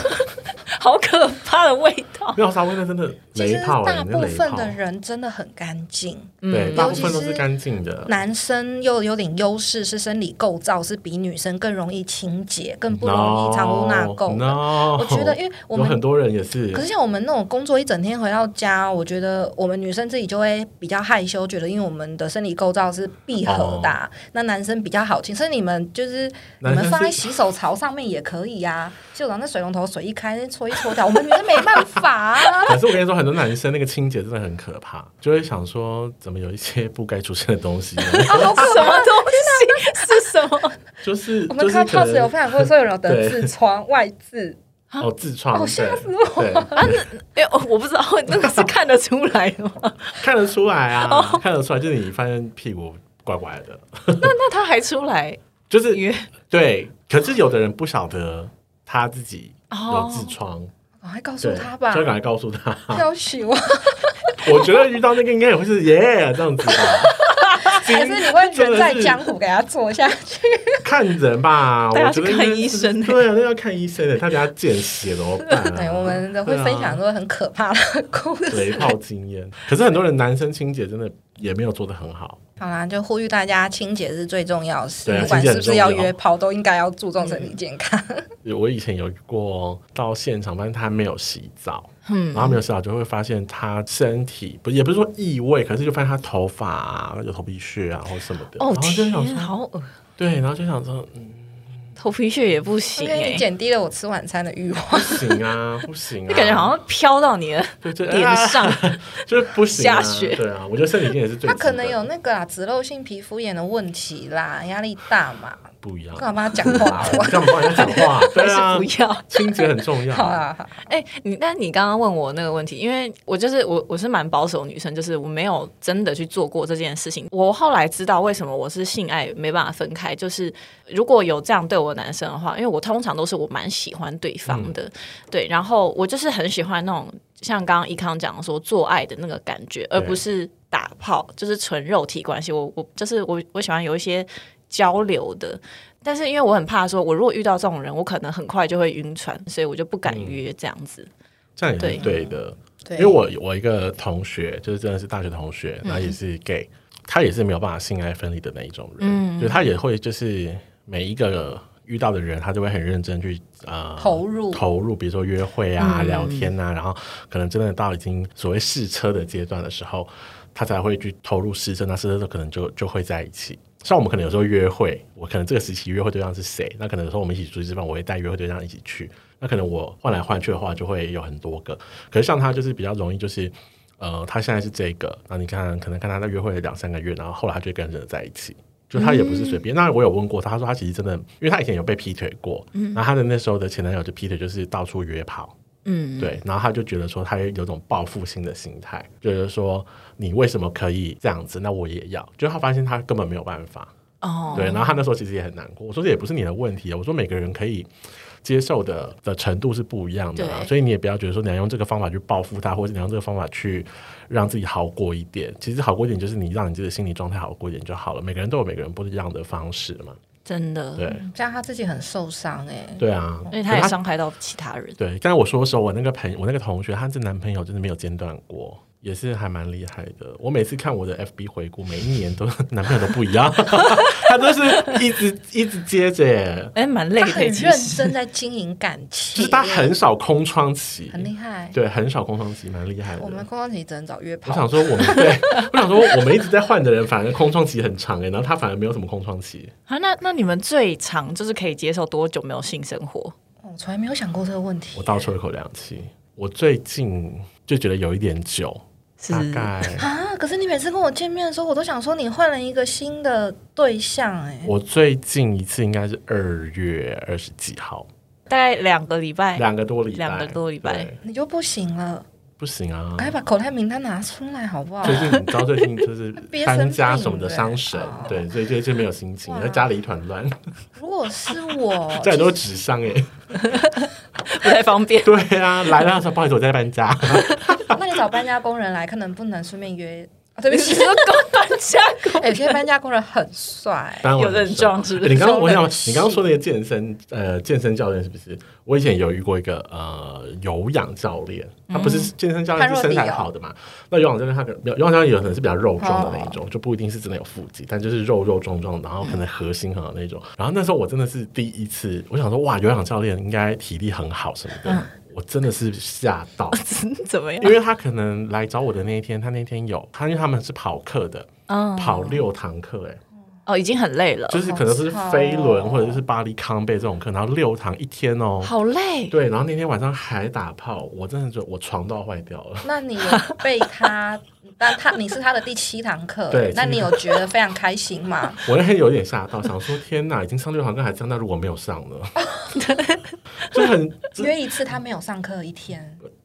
[SPEAKER 1] 好可怕的味道。
[SPEAKER 3] 没有稍微那真的
[SPEAKER 2] 其实
[SPEAKER 3] 雷炮哎、
[SPEAKER 2] 大
[SPEAKER 3] 欸，
[SPEAKER 2] 部
[SPEAKER 3] 那雷
[SPEAKER 2] 分
[SPEAKER 3] 炮
[SPEAKER 2] 的人真的很干净，
[SPEAKER 3] 对，
[SPEAKER 1] 嗯
[SPEAKER 3] 大
[SPEAKER 2] 尤
[SPEAKER 3] 部
[SPEAKER 2] 其
[SPEAKER 3] 分都是
[SPEAKER 2] 是
[SPEAKER 3] 干净的，
[SPEAKER 2] 男生又有点优势，是生理构造是比女生更容易清洁，更不容易藏污纳垢的。
[SPEAKER 3] No，
[SPEAKER 2] 我觉得，因为我
[SPEAKER 3] 有
[SPEAKER 2] 们
[SPEAKER 3] 很多人也是
[SPEAKER 2] 可，是像我们那种工作一整天回到家，我觉得我们女生自己就会比较害羞，觉得因为我们的生理构造是闭合的啊、那男生比较好亲，所以你们就是你
[SPEAKER 3] 哦男生
[SPEAKER 2] 们
[SPEAKER 3] 是
[SPEAKER 2] 放在洗手槽上面也可以呀、啊。就拿那水龙头水一开搓一搓掉，我们女生没办法啊。
[SPEAKER 3] 可是我跟你说，很多男生那个清洁真的很可怕，就会想说，怎么有一些不该出现的东 西呢，
[SPEAKER 2] 好可
[SPEAKER 1] 什么
[SPEAKER 2] 怕！
[SPEAKER 1] 东西是什么？
[SPEAKER 3] 就是
[SPEAKER 2] 我
[SPEAKER 3] 就
[SPEAKER 2] 们
[SPEAKER 3] 是
[SPEAKER 2] 看
[SPEAKER 3] 可
[SPEAKER 2] pose 有
[SPEAKER 3] 能
[SPEAKER 2] 分享过，说有人得
[SPEAKER 3] 对
[SPEAKER 2] 痔疮、外痔，
[SPEAKER 3] 哦痔疮，
[SPEAKER 2] 哦吓
[SPEAKER 3] 对
[SPEAKER 2] 死我
[SPEAKER 3] 对
[SPEAKER 1] 哎、我我不知道，那个是看得出来的吗？
[SPEAKER 3] 看得出来
[SPEAKER 2] 哦
[SPEAKER 3] 啊，看得出来，就是你发现屁股怪怪的，
[SPEAKER 1] 那他还出来
[SPEAKER 3] 就是
[SPEAKER 1] 约？
[SPEAKER 3] 对。可是有的人不晓得他自己有
[SPEAKER 1] 哦
[SPEAKER 3] 痔疮，
[SPEAKER 2] 赶快告诉
[SPEAKER 3] 对，
[SPEAKER 2] 他吧
[SPEAKER 3] 就，赶快告诉他。
[SPEAKER 2] 要许我，
[SPEAKER 3] 我觉得遇到那个应该也会是耶这 样子吧，
[SPEAKER 2] 还是你会
[SPEAKER 3] 真
[SPEAKER 2] 人
[SPEAKER 3] 的
[SPEAKER 2] 在
[SPEAKER 3] 是
[SPEAKER 2] 江湖给他做下 去？
[SPEAKER 3] 看人吧，
[SPEAKER 2] 啊
[SPEAKER 1] 带他
[SPEAKER 3] 我觉得
[SPEAKER 1] 去
[SPEAKER 3] 应该
[SPEAKER 1] 看医
[SPEAKER 3] 是
[SPEAKER 1] 生
[SPEAKER 3] 对啊，那要看医生的，他等下见血怎么 办啊？
[SPEAKER 2] 对，哎我们的会
[SPEAKER 3] 对啊
[SPEAKER 2] 分享都很可怕的故事。
[SPEAKER 3] 雷炮经验。可是很多人男生清洁真的也没有做的很好，
[SPEAKER 2] 好啦，就呼吁大家，清洁是最重要的事
[SPEAKER 3] 对，啊
[SPEAKER 2] 不管
[SPEAKER 3] 清洁
[SPEAKER 2] 是
[SPEAKER 3] 很
[SPEAKER 2] 不
[SPEAKER 3] 重
[SPEAKER 2] 是
[SPEAKER 3] 要嗯
[SPEAKER 2] 要约炮，都应该要注重身体健康。
[SPEAKER 3] 我以前有遇过到现场，发现他没有洗澡，
[SPEAKER 1] 嗯
[SPEAKER 3] 然后没有洗啊澡就会发现他身体不也不是说异味，可是就发现他头发、啊、有头皮屑啊或什么的，
[SPEAKER 1] 哦
[SPEAKER 3] 然后就
[SPEAKER 1] 天
[SPEAKER 3] 想，说
[SPEAKER 1] 好恶，
[SPEAKER 3] 对，然后就想说、嗯、
[SPEAKER 1] 头皮屑也不行
[SPEAKER 2] 因
[SPEAKER 1] 哎、
[SPEAKER 2] 为你减低了我吃晚餐的欲
[SPEAKER 3] 不
[SPEAKER 2] 望。
[SPEAKER 3] 行啊，不行、啊，
[SPEAKER 1] 就感觉好像飘到你的
[SPEAKER 3] 对对
[SPEAKER 1] 脸上，
[SPEAKER 3] 就是不行、啊，
[SPEAKER 1] 下雪
[SPEAKER 3] 对啊，我觉得身体一定也是最
[SPEAKER 2] 他可能
[SPEAKER 3] 值得
[SPEAKER 2] 有那个啦，脂漏性皮肤炎的问题啦，压力大嘛。
[SPEAKER 3] 不一样
[SPEAKER 2] 干，嘛帮他讲 话？我
[SPEAKER 3] 你干嘛帮 人家讲话？
[SPEAKER 1] 还
[SPEAKER 3] 对啊，
[SPEAKER 1] 是不要？
[SPEAKER 3] 清洁很重要，
[SPEAKER 2] 好啦，好啦
[SPEAKER 1] 哎、你但你刚刚问我那个问题，因为我就是我我是蛮保守的女生，就是我没有真的去做过这件事情。我后来知道为什么我是性爱没办法分开，就是如果有这样对我的男生的话，因为我通常都是我蛮喜欢对方的，
[SPEAKER 3] 嗯
[SPEAKER 1] 对，然后我就是很喜欢那种像刚刚一康讲的说做爱的那个感觉，而不是打炮，就是纯肉体关系。我我就是我我喜欢有一些交流的，但是因为我很怕说，我如果遇到这种人，我可能很快就会晕船，所以我就不
[SPEAKER 3] 嗯
[SPEAKER 1] 敢约这样子。
[SPEAKER 3] 这样也
[SPEAKER 1] 对
[SPEAKER 3] 是对的。
[SPEAKER 2] 对，嗯
[SPEAKER 3] 因为我我一个同学，就是真的是大学同学，然后也是 gay，、他也是没有办法性爱分离的那一种人，
[SPEAKER 2] 嗯
[SPEAKER 3] 就他也会就是每一个遇到的人，他就会很认真去呃
[SPEAKER 2] 投入
[SPEAKER 3] 投入，比如说约会啊、
[SPEAKER 1] 嗯
[SPEAKER 3] 聊天啊，然后可能真的到已经所谓试车的阶段的时候，他才会去投入试车，那试车的时候可能就就会在一起。像我们可能有时候约会，我可能这个时期约会对象是谁，那可能有时候我们一起出去吃饭，我会带约会对象一起去，那可能我换来换去的话就会有很多个。可是像他就是比较容易就是。呃，他现在是这个，那你看，可能跟他在约会了两三个月，然后后来他就跟人在一起，就他也不是随便。那我有问过他，他说他其实真的，因为他以前有被劈腿过，然后他的那时候的前男友就劈腿，就是到处约炮，
[SPEAKER 1] 嗯，
[SPEAKER 3] 对，然后他就觉得说他有种报复性的心态，觉得说你为什么可以这样子，那我也要。就他发现他根本没有办法，
[SPEAKER 1] 哦，
[SPEAKER 3] 对，然后他那时候其实也很难过。我说这也不是你的问题，啊我说每个人可以接受的的程度是不一样的啦，
[SPEAKER 1] 对
[SPEAKER 3] 所以你也不要觉得说你要用这个方法去报复他，或者你要用这个方法去让自己好过一点。其实好过一点就是你让你自己的心理状态好过一点就好了。每个人都有每个人不一样的方式嘛，
[SPEAKER 1] 真的，
[SPEAKER 3] 对、
[SPEAKER 2] 这样他自己很受伤哎。
[SPEAKER 3] 对啊，
[SPEAKER 1] 嗯因为
[SPEAKER 3] 可
[SPEAKER 1] 他
[SPEAKER 3] 是
[SPEAKER 1] 也伤害到其他人。
[SPEAKER 3] 对，刚才我说的时候，我那个朋我那个同学，她这男朋友真的没有间断过，也是还蛮厉害的。我每次看我的 FB 回顾，每一年都 男朋友都不一样， 他都是一直一直接着耶，
[SPEAKER 1] 哎，蛮累
[SPEAKER 2] 他
[SPEAKER 1] 的，
[SPEAKER 2] 很
[SPEAKER 1] 其
[SPEAKER 2] 认
[SPEAKER 1] 实
[SPEAKER 2] 真在经营感情，
[SPEAKER 3] 就是他很少空窗期，
[SPEAKER 2] 很厉害。
[SPEAKER 3] 对，很少空窗期，蛮厉害的。
[SPEAKER 2] 我们空窗期只能找约
[SPEAKER 3] 我
[SPEAKER 2] 炮
[SPEAKER 3] 想，说，我们对，我想说，我们一直在换的人，反而空窗期很长哎、然后他反而没有什么空窗期，
[SPEAKER 1] 啊，那那你们最长就是可以接受多久没有性生活？
[SPEAKER 2] 哦我从来没有想过这个问题
[SPEAKER 3] 我。倒抽一口凉气。我最近就觉得有一点久，
[SPEAKER 1] 是
[SPEAKER 3] 大概
[SPEAKER 2] 啊！可是你每次跟我见面的时候，我都想说你换了一个新的对象哎、
[SPEAKER 3] 我最近一次应该是二月二十几号，
[SPEAKER 1] 大概两个礼
[SPEAKER 2] 哎
[SPEAKER 1] 拜，
[SPEAKER 3] 两个多礼拜，
[SPEAKER 1] 两个多礼拜
[SPEAKER 3] 对，
[SPEAKER 2] 你就不行了，
[SPEAKER 3] 不行啊！
[SPEAKER 2] 赶快把口袋名单拿出来好不好？
[SPEAKER 3] 最近你知道最近就是
[SPEAKER 2] 憋生
[SPEAKER 3] 搬家
[SPEAKER 2] 病
[SPEAKER 3] 什么的
[SPEAKER 2] 了哦
[SPEAKER 3] 伤神，对，所以最近没有心情，
[SPEAKER 2] 哇
[SPEAKER 3] 在家里一团乱，
[SPEAKER 2] 如果是我
[SPEAKER 3] ，这很多纸箱哎。
[SPEAKER 1] 不太方便。
[SPEAKER 3] 对啊，来了说不好意 思，我在搬家。
[SPEAKER 2] 那你找搬家工人来，看能不能顺便约？啊、对不
[SPEAKER 1] 你
[SPEAKER 2] 起，
[SPEAKER 1] 说公搬家
[SPEAKER 2] 哎、有些搬家工人很帅，
[SPEAKER 3] 当然我哎
[SPEAKER 1] 有人撞是不是
[SPEAKER 3] 你刚刚我想
[SPEAKER 2] 中等，
[SPEAKER 3] 你刚刚说那个健身呃健身教练是不是？我以前有遇过一个呃有氧教练，他不是健身教
[SPEAKER 2] 潘
[SPEAKER 3] 练，是
[SPEAKER 2] 若迪
[SPEAKER 3] 身材
[SPEAKER 2] 哦
[SPEAKER 3] 好的嘛？那有氧教练他可能有有氧教练有可能是比较肉壮的那
[SPEAKER 2] 哦
[SPEAKER 3] 一种，就不一定是真的有腹肌，但就是肉肉壮壮，然后可能核心很好那种。然后那时候我真的是第一次，我想说哇，有氧教练应该体力很好什么的，我真的是吓到。
[SPEAKER 1] 怎么样
[SPEAKER 3] 因？为他可能来找我的那一天，他那天有他，因为他们是跑课的，
[SPEAKER 1] 嗯，
[SPEAKER 3] 跑六堂课，哎，
[SPEAKER 1] 哦，已经很累了，
[SPEAKER 3] 就是可能是
[SPEAKER 2] 好
[SPEAKER 3] 飞轮
[SPEAKER 2] 吵
[SPEAKER 3] 或者是巴黎康贝这种课，然后六堂一天哦。
[SPEAKER 1] 好累。
[SPEAKER 3] 对，然后那天晚上还打炮，我真的觉得我床都要坏掉了。
[SPEAKER 2] 那你有被他，但他你是他的第七堂课，
[SPEAKER 3] 对
[SPEAKER 2] 那你有觉得非常开心 吗？
[SPEAKER 3] 我那天有点吓到，想说天哪，已经上六堂课还这样，那如果没有上呢？就很就
[SPEAKER 2] 约一次他没有上课一天，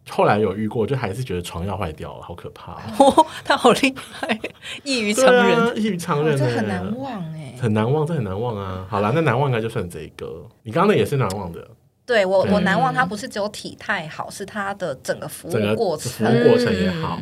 [SPEAKER 3] 后来有遇过，就还是觉得床要坏掉了，好可怕、哦。
[SPEAKER 1] 哦， 他好厉害， 异于常
[SPEAKER 3] 对
[SPEAKER 1] 人。
[SPEAKER 3] 啊，异于常
[SPEAKER 2] 哇
[SPEAKER 3] 人、
[SPEAKER 2] 哦这
[SPEAKER 3] 欸，
[SPEAKER 2] 很难忘哎、
[SPEAKER 3] 很难忘，这很难忘啊。好啦，那难忘应该就算这一个。你刚刚那也是难忘的，
[SPEAKER 2] 对我
[SPEAKER 3] 对嗯
[SPEAKER 2] 我难忘他不是只有体态好，是他的整个服
[SPEAKER 3] 整个
[SPEAKER 2] 务过
[SPEAKER 3] 服
[SPEAKER 2] 程，
[SPEAKER 3] 务啊过程也好，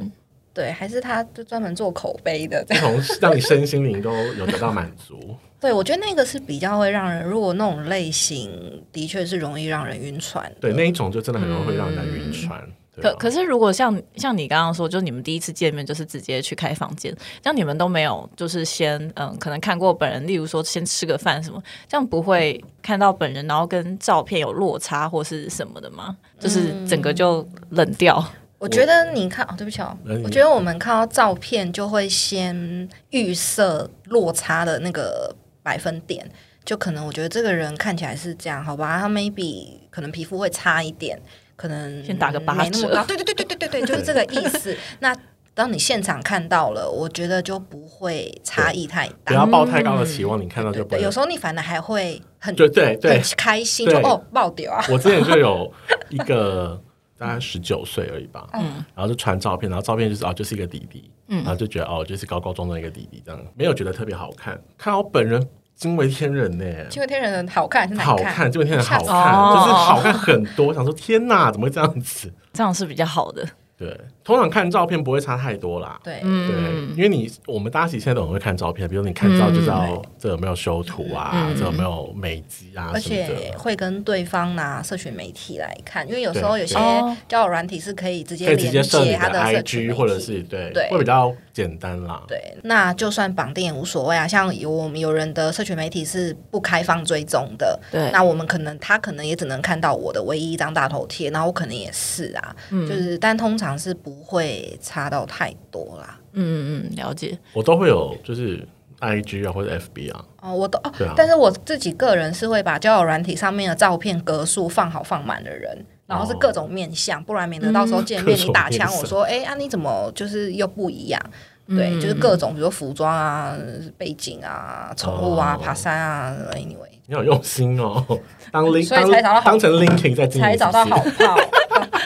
[SPEAKER 2] 对，还是他就专门做口碑的这样。
[SPEAKER 3] 从让你身心灵都有得到满足。
[SPEAKER 2] 对，我觉得那个是比较会让人，如果那种类型的确是容易让人晕船的。
[SPEAKER 3] 对，那一种就真的很容易会让人家晕船。对
[SPEAKER 1] 可
[SPEAKER 3] 啊吧
[SPEAKER 1] 可是，如果像像你刚刚说，就你们第一次见面就是直接去开房间，这样你们都没有就是先嗯，可能看过本人，例如说先吃个饭什么，这样不会看到本人，然后跟照片有落差或是什么的吗？就是整个就冷掉。
[SPEAKER 2] 我觉得你看，哦，对不起哦
[SPEAKER 3] 呃，你
[SPEAKER 2] 我觉得我们看到照片就会先预设落差的那个百分点，就可能我觉得这个人看起来是这样，好吧，他 maybe 可能皮肤会差一点，可能
[SPEAKER 1] 先打个八折
[SPEAKER 2] 没那么高对对对对对对对，就是这个意 思。那当你现场看到了，我觉得就不会差异太
[SPEAKER 3] 不
[SPEAKER 2] 大。
[SPEAKER 3] 要抱太高的期望，你看到就不
[SPEAKER 2] 对，
[SPEAKER 3] 会
[SPEAKER 2] 有。时候你反而还会很
[SPEAKER 3] 对对对
[SPEAKER 2] 很，开心，
[SPEAKER 3] 对
[SPEAKER 2] 就哦爆屌啊！
[SPEAKER 3] 我之前就有一个大概十九岁而已吧，
[SPEAKER 2] 哦
[SPEAKER 3] 然后就传照片，然后照片就是哦，就是一个弟弟，
[SPEAKER 2] 嗯
[SPEAKER 3] 然后就觉得哦，就是高高中的一个弟弟这样，没有觉得特别好看，看到本人惊为天人呢、
[SPEAKER 2] 惊为天人好看还是难
[SPEAKER 3] 好看，这为天人好看，
[SPEAKER 1] 哦
[SPEAKER 3] 就是好看很多。想说天哪，怎么会这样子？
[SPEAKER 1] 这样是比较好的，
[SPEAKER 3] 对，通常看照片不会差太多啦。
[SPEAKER 2] 对，嗯
[SPEAKER 3] 对，因为你我们大家其实现在都很会看照片，比如你看照就知道这有没有修图啊，这有没有美肌啊
[SPEAKER 2] 嗯而
[SPEAKER 3] 什么
[SPEAKER 2] 且
[SPEAKER 3] 的，
[SPEAKER 2] 会跟对方拿社群媒体来看，因为有时
[SPEAKER 3] 对
[SPEAKER 2] 候有些
[SPEAKER 1] 哦
[SPEAKER 2] 交友软体是可以直
[SPEAKER 3] 可
[SPEAKER 2] 接
[SPEAKER 3] 以直接
[SPEAKER 2] 连
[SPEAKER 3] 设你
[SPEAKER 2] 接
[SPEAKER 3] 的
[SPEAKER 2] 它社群
[SPEAKER 3] IG
[SPEAKER 2] 媒体
[SPEAKER 3] 或者是对，
[SPEAKER 2] 对
[SPEAKER 3] 会比较简单啦。
[SPEAKER 2] 对，那就算绑定也无所谓啊。像有我们有人的社群媒体是不开放追踪的，
[SPEAKER 1] 对
[SPEAKER 2] 那我们可能他可能也只能看到我的唯一一张大头贴，然后我可能也是啊，
[SPEAKER 1] 嗯
[SPEAKER 2] 就是但通常是不会差到太多啦。
[SPEAKER 1] 嗯嗯嗯，了解。
[SPEAKER 3] 我都会有就是 IG 啊或者 FB 啊，
[SPEAKER 2] 哦，我都哦
[SPEAKER 3] 对啊，
[SPEAKER 2] 但是我自己个人是会把交友软体上面的照片格数放好放满的人，然后是各种面相，不然免得到时候见面
[SPEAKER 3] 嗯各种
[SPEAKER 2] 你打枪
[SPEAKER 3] 面，相
[SPEAKER 2] 我说哎啊你怎么就是又不一样。对，就是各种，比如说服装啊、背景啊、宠物啊、
[SPEAKER 3] 哦
[SPEAKER 2] 爬山啊，anyway，
[SPEAKER 3] 你好用心哦，当 link
[SPEAKER 2] 嗯所以
[SPEAKER 3] 当
[SPEAKER 2] 才找到好
[SPEAKER 3] 当成 linking 在经营，
[SPEAKER 2] 才找到
[SPEAKER 3] 是不
[SPEAKER 2] 好
[SPEAKER 3] 是
[SPEAKER 2] 炮。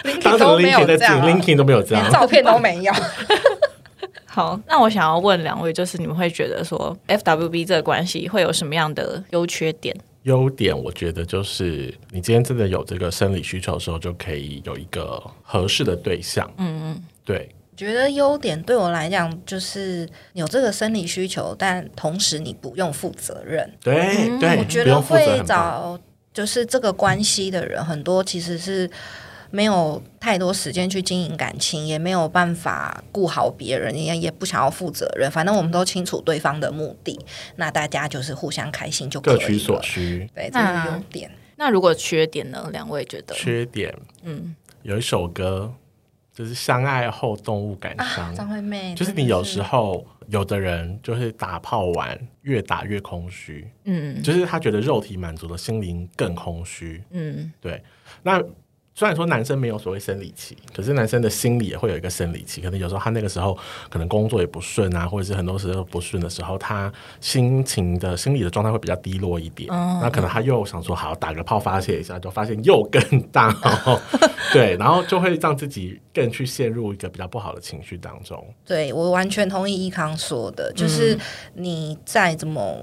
[SPEAKER 2] Linkin
[SPEAKER 3] 嗯当成
[SPEAKER 2] 都没有
[SPEAKER 3] linking 在
[SPEAKER 2] 这
[SPEAKER 3] 经
[SPEAKER 2] 样
[SPEAKER 3] 营
[SPEAKER 2] 啊，
[SPEAKER 3] ，linking 都没有这
[SPEAKER 2] 连
[SPEAKER 3] 样。
[SPEAKER 2] 照片都没有。
[SPEAKER 1] 好，那我想要问两位，就是你们会觉得说 FWB 这个关系会有什么样的优缺点？
[SPEAKER 3] 优点我觉得就是你今天真的有这个生理需求的时候，就可以有一个合适的对象。嗯嗯，对。
[SPEAKER 2] 觉得优点对我来讲就是有这个生理需求，但同时你不用负责任。
[SPEAKER 3] 对、对，
[SPEAKER 2] 嗯我觉
[SPEAKER 3] 不
[SPEAKER 2] 得
[SPEAKER 3] 用负责
[SPEAKER 2] 会
[SPEAKER 3] 很棒
[SPEAKER 2] 找就是这个关系的人，很多其实是没有太多时间去经营感情，也没有办法顾好别人，也也不想要负责任。反正我们都清楚对方的目的，那大家就是互相开心就可以
[SPEAKER 3] 各
[SPEAKER 2] 了。
[SPEAKER 3] 取所需。
[SPEAKER 2] 对，这是优点。
[SPEAKER 1] 那如果缺点呢？两位觉得？
[SPEAKER 3] 缺点，嗯，有一首歌就是相爱后动物感伤，
[SPEAKER 2] 啊张惠妹
[SPEAKER 3] 就是你有时候有的人就是打炮完越打越空虚，
[SPEAKER 1] 嗯
[SPEAKER 3] 就是他觉得肉体满足了，心灵更空虚。
[SPEAKER 1] 嗯，
[SPEAKER 3] 对，那虽然说男生没有所谓生理期，可是男生的心理也会有一个生理期。可能有时候他那个时候可能工作也不顺啊，或者是很多时候不顺的时候，他心情的心理的状态会比较低落一点。那可能他又想说好打个炮发泄一下，就发现又更大、哦， 对，然后就会让自己更去陷入一个比较不好的情绪当中。
[SPEAKER 2] 对我完全同意一康说的，
[SPEAKER 1] 嗯
[SPEAKER 2] 就是你再怎么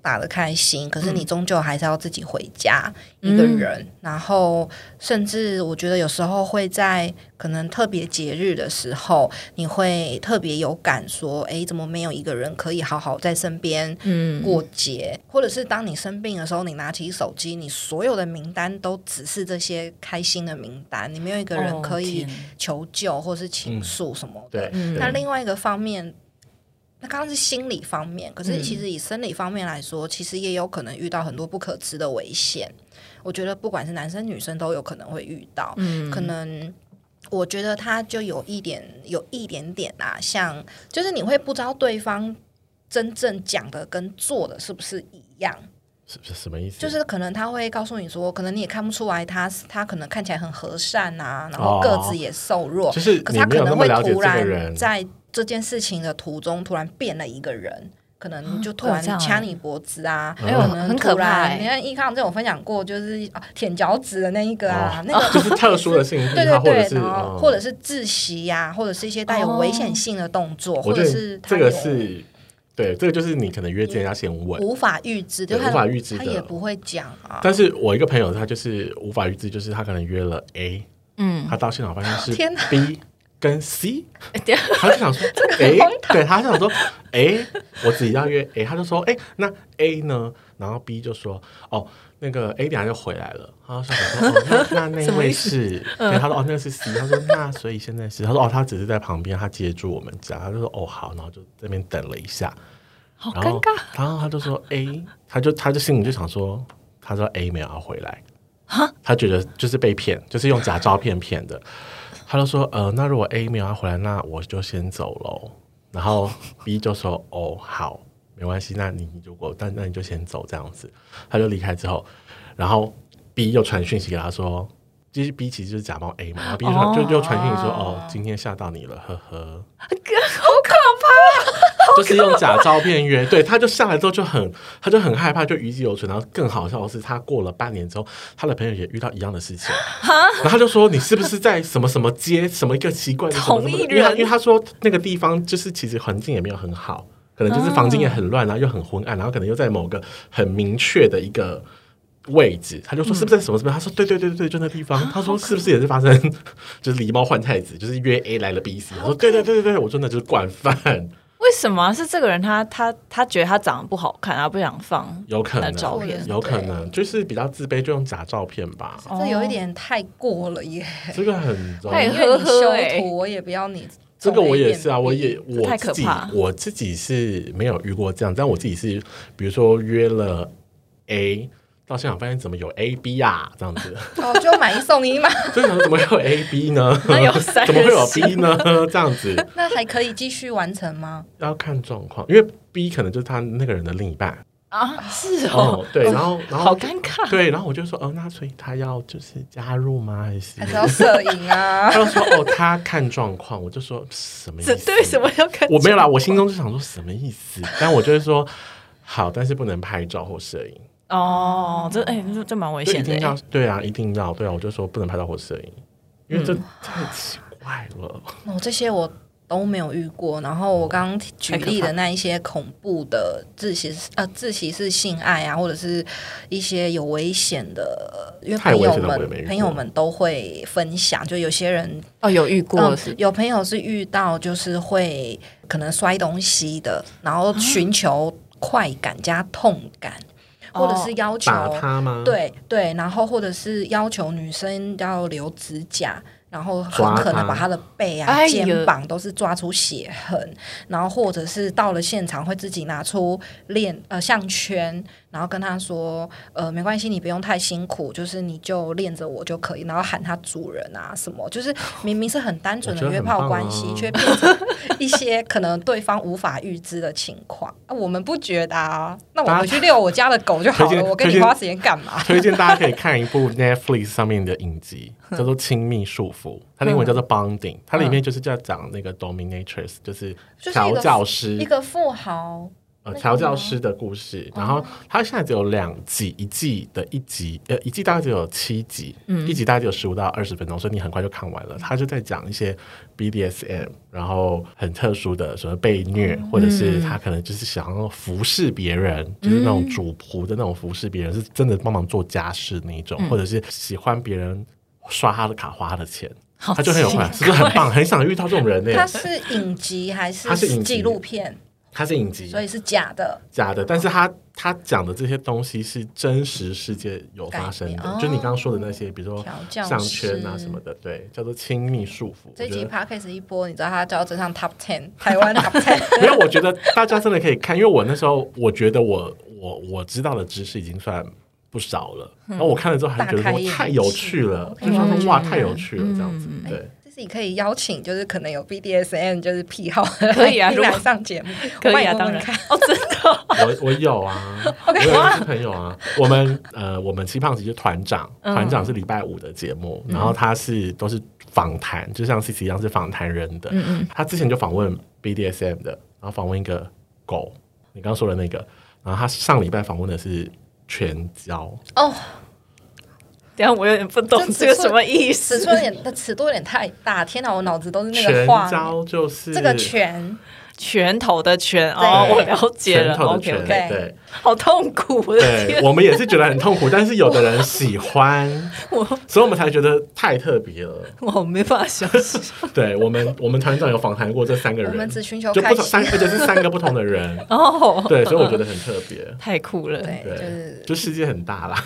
[SPEAKER 2] 打得开心，可是
[SPEAKER 1] 嗯
[SPEAKER 2] 你终究还是要自己回家、一个人。然后，甚至我觉得有时候会在可能特别节日的时候，你会特别有感说，诶，怎么没有一个人可以好好在身边
[SPEAKER 1] 嗯
[SPEAKER 2] 过节？或者是当你生病的时候，你拿起手机，你所有的名单都只是这些开心的名单，你没有一个人
[SPEAKER 1] 哦
[SPEAKER 2] 可以
[SPEAKER 1] 天
[SPEAKER 2] 求救或是倾诉什么的。
[SPEAKER 3] 对，
[SPEAKER 1] 嗯
[SPEAKER 2] 那
[SPEAKER 3] 对
[SPEAKER 2] 另外一个方面，那刚刚是心理方面，可是
[SPEAKER 1] 嗯
[SPEAKER 2] 其实以生理方面来说，其实也有可能遇到很多不可知的危险。我觉得不管是男生女生都有可能会遇到，
[SPEAKER 1] 嗯
[SPEAKER 2] 可能。我觉得他就有一点，有一点点啊，像就是你会不知道对方真正讲的跟做的是不是一样，
[SPEAKER 3] 是是什么意思？
[SPEAKER 2] 就是可能他会告诉你说，可能你也看不出来他是，他可能看起来很和善啊，然后个
[SPEAKER 3] 哦
[SPEAKER 2] 子也瘦弱，
[SPEAKER 3] 就是
[SPEAKER 2] 可
[SPEAKER 3] 你
[SPEAKER 2] 是他可
[SPEAKER 3] 没有那
[SPEAKER 2] 能
[SPEAKER 3] 么
[SPEAKER 2] 会
[SPEAKER 3] 了解这
[SPEAKER 2] 突
[SPEAKER 3] 个人
[SPEAKER 2] 然，在这件事情的途中突然变了一个人。可能就突
[SPEAKER 1] 会
[SPEAKER 2] 然
[SPEAKER 1] 有这样
[SPEAKER 2] 掐
[SPEAKER 1] 欸
[SPEAKER 2] 你脖子啊，
[SPEAKER 1] 哎呦
[SPEAKER 2] 可能
[SPEAKER 1] 很可
[SPEAKER 2] 突然
[SPEAKER 1] 怕欸
[SPEAKER 2] 你看易康这种分享过，就是啊舔脚趾的那一个啊，
[SPEAKER 3] 哦
[SPEAKER 2] 那个
[SPEAKER 3] 就是特殊 的性癖，
[SPEAKER 2] 对
[SPEAKER 3] 它
[SPEAKER 2] 对
[SPEAKER 3] 或者
[SPEAKER 2] 对，
[SPEAKER 3] 是嗯
[SPEAKER 2] 然后或者
[SPEAKER 3] 是
[SPEAKER 2] 是窒息呀，或者是一些带有
[SPEAKER 1] 哦
[SPEAKER 2] 危险性的动作，
[SPEAKER 3] 我
[SPEAKER 2] 或者
[SPEAKER 3] 觉得
[SPEAKER 2] 是他
[SPEAKER 3] 这个
[SPEAKER 2] 有
[SPEAKER 3] 是对，这个就是你可能约见人家先问。
[SPEAKER 2] 无法预知，就
[SPEAKER 3] 对
[SPEAKER 2] 他
[SPEAKER 3] 无法预知
[SPEAKER 2] 他
[SPEAKER 3] 的
[SPEAKER 2] 也不会讲啊。
[SPEAKER 3] 但是我一个朋友，他就是无法预知，就是他可能约了 A，
[SPEAKER 1] 嗯，
[SPEAKER 3] 他到现场发现
[SPEAKER 2] 天
[SPEAKER 3] 是
[SPEAKER 2] 哪
[SPEAKER 3] B 跟 C，
[SPEAKER 1] 对
[SPEAKER 3] 他就 想说，哎、对，他就想说，哎、我自己要约 A，他就说，哎、那 A 呢？然后 B 就说，哦，那个 A 等下就回来了。他就想说，哦， 那那那一位是，
[SPEAKER 2] 嗯
[SPEAKER 3] 对，他说，哦，那个是 C，他说，那所以现在是，他说，哦，他只是在旁边，他接住我们家，他就说，哦，好，然后就这边等了一下，
[SPEAKER 1] 好
[SPEAKER 3] 然
[SPEAKER 1] 尴
[SPEAKER 3] 后
[SPEAKER 1] 尬，
[SPEAKER 3] 然后他就说 A，他就他就心里就想说，他说 A 没有要回来，他觉得就是被骗，就是用假照片骗的。他就说，呃，那如果 A 没有要回来，那我就先走喽。然后 B 就说，哦，好，没关系，那你如果但那你就先走这样子。他就离开之后，然后 B 又传讯息给他说。就是 B 其实就是假冒 A 嘛，然后 B 就传就就传讯息说哦，今天吓到你了，呵呵。就是用假照片约，对，他就下来之后就很，他就很害怕，就余悸犹存。然后更好笑的是，他过了半年之后，他的朋友也遇到一样的事情，然后他就说：“你是不是在什么什么街，什么一个奇怪的什么什
[SPEAKER 1] 同
[SPEAKER 3] 么
[SPEAKER 1] 一
[SPEAKER 3] 的？”因为他
[SPEAKER 1] 人
[SPEAKER 3] 因为他说那个地方就是其实环境也没有很好，可能就是房间也很
[SPEAKER 1] 嗯
[SPEAKER 3] 乱，然后又很昏暗，然后可能又在某个很明确的一个。位置，他就说是不是在什么什么？他说对对对对对，就那地方。
[SPEAKER 1] 啊
[SPEAKER 3] 他说是不是也是发生，就是狸猫换太子，就是约 A 来了 B C。他说对对对对对，我真的就是惯犯，
[SPEAKER 1] 为什么啊是这个人他他他觉得他长得不好看，啊他不想放
[SPEAKER 3] 有可
[SPEAKER 1] 那
[SPEAKER 3] 能
[SPEAKER 1] 照
[SPEAKER 2] 片
[SPEAKER 3] 有可能就是比较自卑，就用假照片吧。
[SPEAKER 2] 这有一点太过了耶，
[SPEAKER 3] 这个很
[SPEAKER 1] 哦
[SPEAKER 3] 重要，
[SPEAKER 1] 太
[SPEAKER 2] 因为你
[SPEAKER 1] 呵呵
[SPEAKER 2] 修
[SPEAKER 1] 欸
[SPEAKER 2] 图，我也不要你。
[SPEAKER 3] 这个我也是啊，我也
[SPEAKER 1] 这
[SPEAKER 3] 我
[SPEAKER 1] 太
[SPEAKER 3] 自
[SPEAKER 1] 可
[SPEAKER 3] 己
[SPEAKER 1] 怕
[SPEAKER 3] 我自己是没有遇过这样，但我自己是比如说约了 A。到现场发现怎么有 A B 啊这样子，
[SPEAKER 2] 哦，就买一送一嘛，
[SPEAKER 3] 所以想说怎么会有 A B 呢？
[SPEAKER 1] 那有三人
[SPEAKER 3] 怎么会有啊
[SPEAKER 1] 行
[SPEAKER 3] B 呢？这样子
[SPEAKER 2] 那还可以继续完成吗？
[SPEAKER 3] 要看状况，因为 B 可能就是他那个人的另一半
[SPEAKER 1] 啊？是哦，
[SPEAKER 3] 哦，对，然后然
[SPEAKER 1] 好
[SPEAKER 3] 后
[SPEAKER 1] 尴尬，
[SPEAKER 3] 对，然后我就说，哦，那所以他要就是加入吗？还是
[SPEAKER 2] 还是要摄影 啊？
[SPEAKER 3] 他就说哦，他看状况，我就说什么意
[SPEAKER 1] 这
[SPEAKER 3] 思？
[SPEAKER 1] 对什么要 看？
[SPEAKER 3] 我没有啦，我心中就想说什么意思？但我就会说好，但是不能拍照或摄影，
[SPEAKER 1] 哦，这哎这这蛮危
[SPEAKER 3] 就一
[SPEAKER 1] 险的
[SPEAKER 3] 定要
[SPEAKER 1] 欸，
[SPEAKER 3] 对啊，一定要对啊，我就说不能拍照或摄影，因为
[SPEAKER 2] 嗯
[SPEAKER 3] 这太奇怪了。
[SPEAKER 2] 哦，这些我都没有遇过。然后我刚刚举例的那一些恐怖的自习呃自习室性爱啊，或者是一些有危险的，因为
[SPEAKER 3] 太
[SPEAKER 2] 朋
[SPEAKER 3] 危
[SPEAKER 2] 友
[SPEAKER 3] 险的我也没遇
[SPEAKER 2] 们
[SPEAKER 3] 过
[SPEAKER 2] 朋友们都会分享，就有些人
[SPEAKER 1] 哦有遇过
[SPEAKER 2] 嗯
[SPEAKER 1] 是
[SPEAKER 2] 有朋友是遇到就是会可能摔东西的，然
[SPEAKER 3] 啊
[SPEAKER 2] 后寻求快感加痛感，
[SPEAKER 1] 哦
[SPEAKER 2] 或者是要求、
[SPEAKER 3] 打他吗？，
[SPEAKER 2] 对 对，然后或者是要求女生要留指甲。然后很
[SPEAKER 3] 抓
[SPEAKER 2] 可能
[SPEAKER 3] 他
[SPEAKER 2] 把她的背啊、
[SPEAKER 1] 哎呦
[SPEAKER 2] 肩膀都是抓出血痕，然后或者是到了现场会自己拿出链呃项圈，然后跟他说，呃，没关系，你不用太辛苦，就是你就恋着我就可以，然后喊他主人啊什么， 就是明明是很单纯的
[SPEAKER 3] 我觉
[SPEAKER 2] 约
[SPEAKER 3] 得很棒
[SPEAKER 2] 炮
[SPEAKER 3] 啊
[SPEAKER 2] 关系，却变成一些可能对方无法预知的情况。啊我们不觉得啊，那我
[SPEAKER 3] 大家
[SPEAKER 2] 回去遛我家的狗就好
[SPEAKER 3] 推
[SPEAKER 2] 了，
[SPEAKER 3] 荐
[SPEAKER 2] 我跟你
[SPEAKER 3] 推荐
[SPEAKER 2] 花时间干嘛？
[SPEAKER 3] 推荐大家可以看一部 Netflix 上面的影集，叫做《亲密束缚》，它的英文叫做 Bonding，它里面就是在讲那个 dominatrix，就是
[SPEAKER 2] 嗯就是一个
[SPEAKER 3] 调教师
[SPEAKER 2] 一个富豪那
[SPEAKER 3] 呃，
[SPEAKER 2] 个
[SPEAKER 3] 调教
[SPEAKER 2] 吗哦
[SPEAKER 3] 师的故事，然后它现在只有两季，一季的一集，呃，一季大概只有七集，
[SPEAKER 2] 嗯
[SPEAKER 3] 一集大概只有十五到二十分钟，所以你很快就看完了。它就在讲一些 BDSM，然后很特殊的什么被虐，
[SPEAKER 2] 嗯
[SPEAKER 3] 或者是他可能就是想要服侍别人，就是那种主仆的那种服侍别人，是真的帮忙做家事那一种，
[SPEAKER 2] 嗯
[SPEAKER 3] 或者是喜欢别人刷他的卡花他的钱，
[SPEAKER 1] 好
[SPEAKER 3] 他就很有
[SPEAKER 1] 奇
[SPEAKER 3] 快，是不是很棒？很想遇到这种人呢、
[SPEAKER 2] 它是影集还是
[SPEAKER 3] 它是影集
[SPEAKER 2] 纪录片？
[SPEAKER 3] 他是影集，
[SPEAKER 2] 所以是假的。
[SPEAKER 3] 假的，但是他他讲的这些东西是真实世界有发生的
[SPEAKER 2] 改，编
[SPEAKER 3] 就你刚刚说的那些，比如说
[SPEAKER 2] 调教师
[SPEAKER 3] 项圈啊什么的，对，叫做亲密束缚。
[SPEAKER 2] 这
[SPEAKER 3] 我
[SPEAKER 2] 一
[SPEAKER 3] 觉
[SPEAKER 2] 集
[SPEAKER 3] 得
[SPEAKER 2] podcast 一播，你知道它叫 真上 top ten，台湾 top ten。
[SPEAKER 3] 没有，我觉得大家真的可以看，因为我那时候我觉得我我我知道的知识已经算不少了，然后我看了之后还觉
[SPEAKER 2] 嗯大
[SPEAKER 3] 得
[SPEAKER 2] 开
[SPEAKER 3] 我
[SPEAKER 2] 眼
[SPEAKER 3] 太有趣了，就
[SPEAKER 2] 界
[SPEAKER 3] 想说
[SPEAKER 2] 嗯
[SPEAKER 3] 哇太有趣了这样子，
[SPEAKER 2] 哎
[SPEAKER 3] 对，
[SPEAKER 2] 这是你可以邀请，就是可能有 BDSM 就是癖好，
[SPEAKER 1] 可 以啊如果
[SPEAKER 2] 来上节目，
[SPEAKER 1] 可以啊，
[SPEAKER 2] 我帮你问
[SPEAKER 1] 当
[SPEAKER 2] 问
[SPEAKER 1] 然
[SPEAKER 2] 看。
[SPEAKER 1] 哦，真的哦，
[SPEAKER 3] 我我有啊，我有一些朋友啊，我们呃我们七胖子是团长，
[SPEAKER 1] 嗯
[SPEAKER 3] 团长是礼拜五的节目，然后他是都是访谈，就像 C C 一样是访谈人
[SPEAKER 1] 嗯
[SPEAKER 3] 的，他之前就访问 BDSM 的，然后访问一个狗，你刚刚说的那个，然后他上礼拜访问的是全交，
[SPEAKER 2] 哦，
[SPEAKER 1] 等一下我有点不懂
[SPEAKER 2] 这
[SPEAKER 1] 这个
[SPEAKER 2] 尺寸
[SPEAKER 1] 什么意
[SPEAKER 2] 尺
[SPEAKER 1] 思。
[SPEAKER 2] 寸有点，那尺度有点太大，天哪，我脑子都是那
[SPEAKER 3] 全
[SPEAKER 2] 个画面。
[SPEAKER 3] 交就是
[SPEAKER 2] 这个拳，
[SPEAKER 1] 拳头的拳
[SPEAKER 2] 对
[SPEAKER 1] 哦，我了解
[SPEAKER 3] 拳
[SPEAKER 1] 了。
[SPEAKER 3] 头的
[SPEAKER 1] OK
[SPEAKER 3] 拳，
[SPEAKER 1] OK，
[SPEAKER 2] OK，OK
[SPEAKER 3] 对
[SPEAKER 1] 好痛苦，我 的
[SPEAKER 3] 对，
[SPEAKER 1] 天，
[SPEAKER 3] 我们也是觉得很痛苦，但是有的人喜欢，
[SPEAKER 1] 我
[SPEAKER 3] 所以我们才觉得太特别了。
[SPEAKER 1] 我没办法想 象。
[SPEAKER 3] 对我们，我们团长有访谈过这三个人，
[SPEAKER 2] 我们只寻求
[SPEAKER 3] 就
[SPEAKER 2] 开
[SPEAKER 3] 不同三，
[SPEAKER 2] 心。
[SPEAKER 3] 而且是三个不同的人，
[SPEAKER 1] 哦，
[SPEAKER 3] 对，所以我觉得很特别。
[SPEAKER 1] 太酷了。
[SPEAKER 2] 对，就
[SPEAKER 3] 对
[SPEAKER 2] 是，
[SPEAKER 3] 就世界很大啦，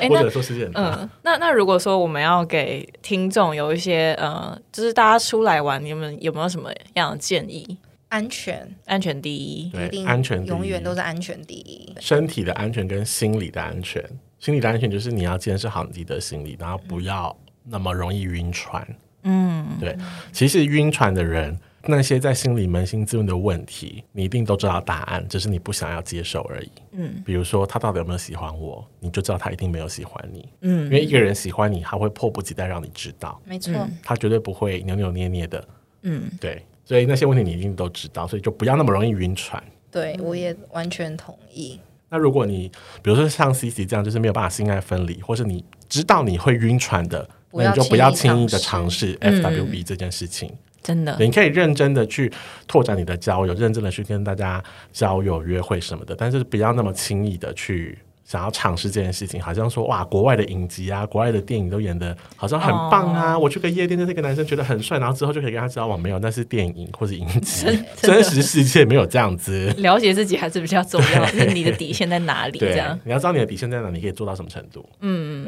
[SPEAKER 1] 哎
[SPEAKER 3] 或
[SPEAKER 1] 那
[SPEAKER 3] 者说世界很大。
[SPEAKER 1] 嗯，那那如果说我们要给听众有一些呃，就是大家出来玩，你们有没有什么样的建议？
[SPEAKER 2] 安全，
[SPEAKER 1] 安全第一，
[SPEAKER 2] 一
[SPEAKER 3] 对，
[SPEAKER 2] 定
[SPEAKER 3] 安全第一
[SPEAKER 2] 永远都是安全第一。
[SPEAKER 3] 身体的安全跟心理的安全。心理的安全就是你要监视好你自己的心理，然后不要那么容易晕船。嗯，对。其实晕船的人，那些在心里扪心自问的问题，你一定都知道答案，只是你不想要接受而已。嗯，比如说他到底有没有喜欢我，你就知道他一定没有喜欢你。嗯，因为一个人喜欢你，他会迫不及待让你知道。
[SPEAKER 2] 没错，
[SPEAKER 1] 嗯
[SPEAKER 3] 他绝对不会扭扭捏捏的。嗯，对，所以那些问题你一定都知道，所以就不要那么容易晕船。
[SPEAKER 2] 对我也完全同意。
[SPEAKER 3] 那如果你比如说像 C C 这样，就是没有办法性爱分离，或是你知道你会晕船的，
[SPEAKER 2] 不
[SPEAKER 3] 那
[SPEAKER 2] 要
[SPEAKER 3] 你就
[SPEAKER 2] 轻
[SPEAKER 3] 不
[SPEAKER 2] 易
[SPEAKER 3] 要
[SPEAKER 2] 尝
[SPEAKER 3] 轻易的
[SPEAKER 2] 试
[SPEAKER 3] 尝试嗯 F W B 这件事情。
[SPEAKER 1] 真的
[SPEAKER 3] 对，你可以认真的去拓展你的交友，认真的去跟大家交友、约会什么的，但是不要那么轻易的去。想要尝试这件事情，好像说哇，国外的影集啊，国外的电影都演的好像很棒啊。我去个夜店，认识一个男生觉得很帅，然后之后就可以跟他交往，没有，那是电影或者影集，真实世界没有这样子。
[SPEAKER 1] 了解自己还是比较重 要，就是你的底线在哪里？这
[SPEAKER 3] 对
[SPEAKER 1] 样，
[SPEAKER 3] 你要知道你的底线在哪，你可以做到什么程度。
[SPEAKER 1] 嗯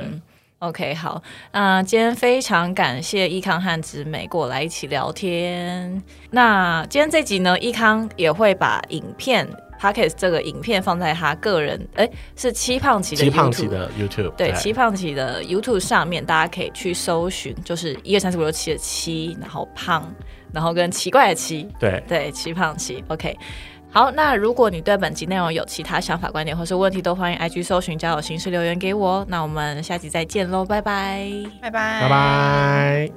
[SPEAKER 1] OK，好，那、今天非常感谢易康和直美过来一起聊天。那今天这集呢，易康也会把影片 p o c k e t 这个影片放在他个人，哎、是七胖奇的
[SPEAKER 3] 鸡胖级
[SPEAKER 1] YouTube
[SPEAKER 3] 的 YouTube，
[SPEAKER 1] 对，七胖奇的 YouTube 上面，大家可以去搜寻，就是一二三四五六七的七，然后胖，然后跟奇怪的奇，
[SPEAKER 3] 对，
[SPEAKER 1] 对，七胖七，OK。好，那如果你对本集内容有其他想法、观点或是问题，都欢迎 IG 搜寻交友形式留言给我哦。那我们下集再见喽，拜拜。
[SPEAKER 2] 拜拜，
[SPEAKER 3] 拜拜。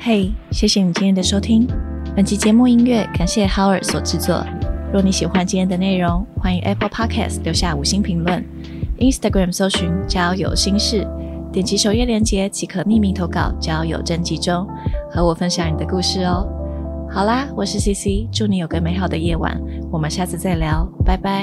[SPEAKER 4] 嘿谢谢你今天的收听。本期节目音乐感谢 Howard 所制作。若你喜欢今天的内容，欢迎 Apple Podcast 留下五星评论，Instagram 搜寻“交友心事”，点击首页链接即可匿名投稿交友征集中，和我分享你的故事哦。好啦，我是 CC，祝你有个美好的夜晚，我们下次再聊，拜拜。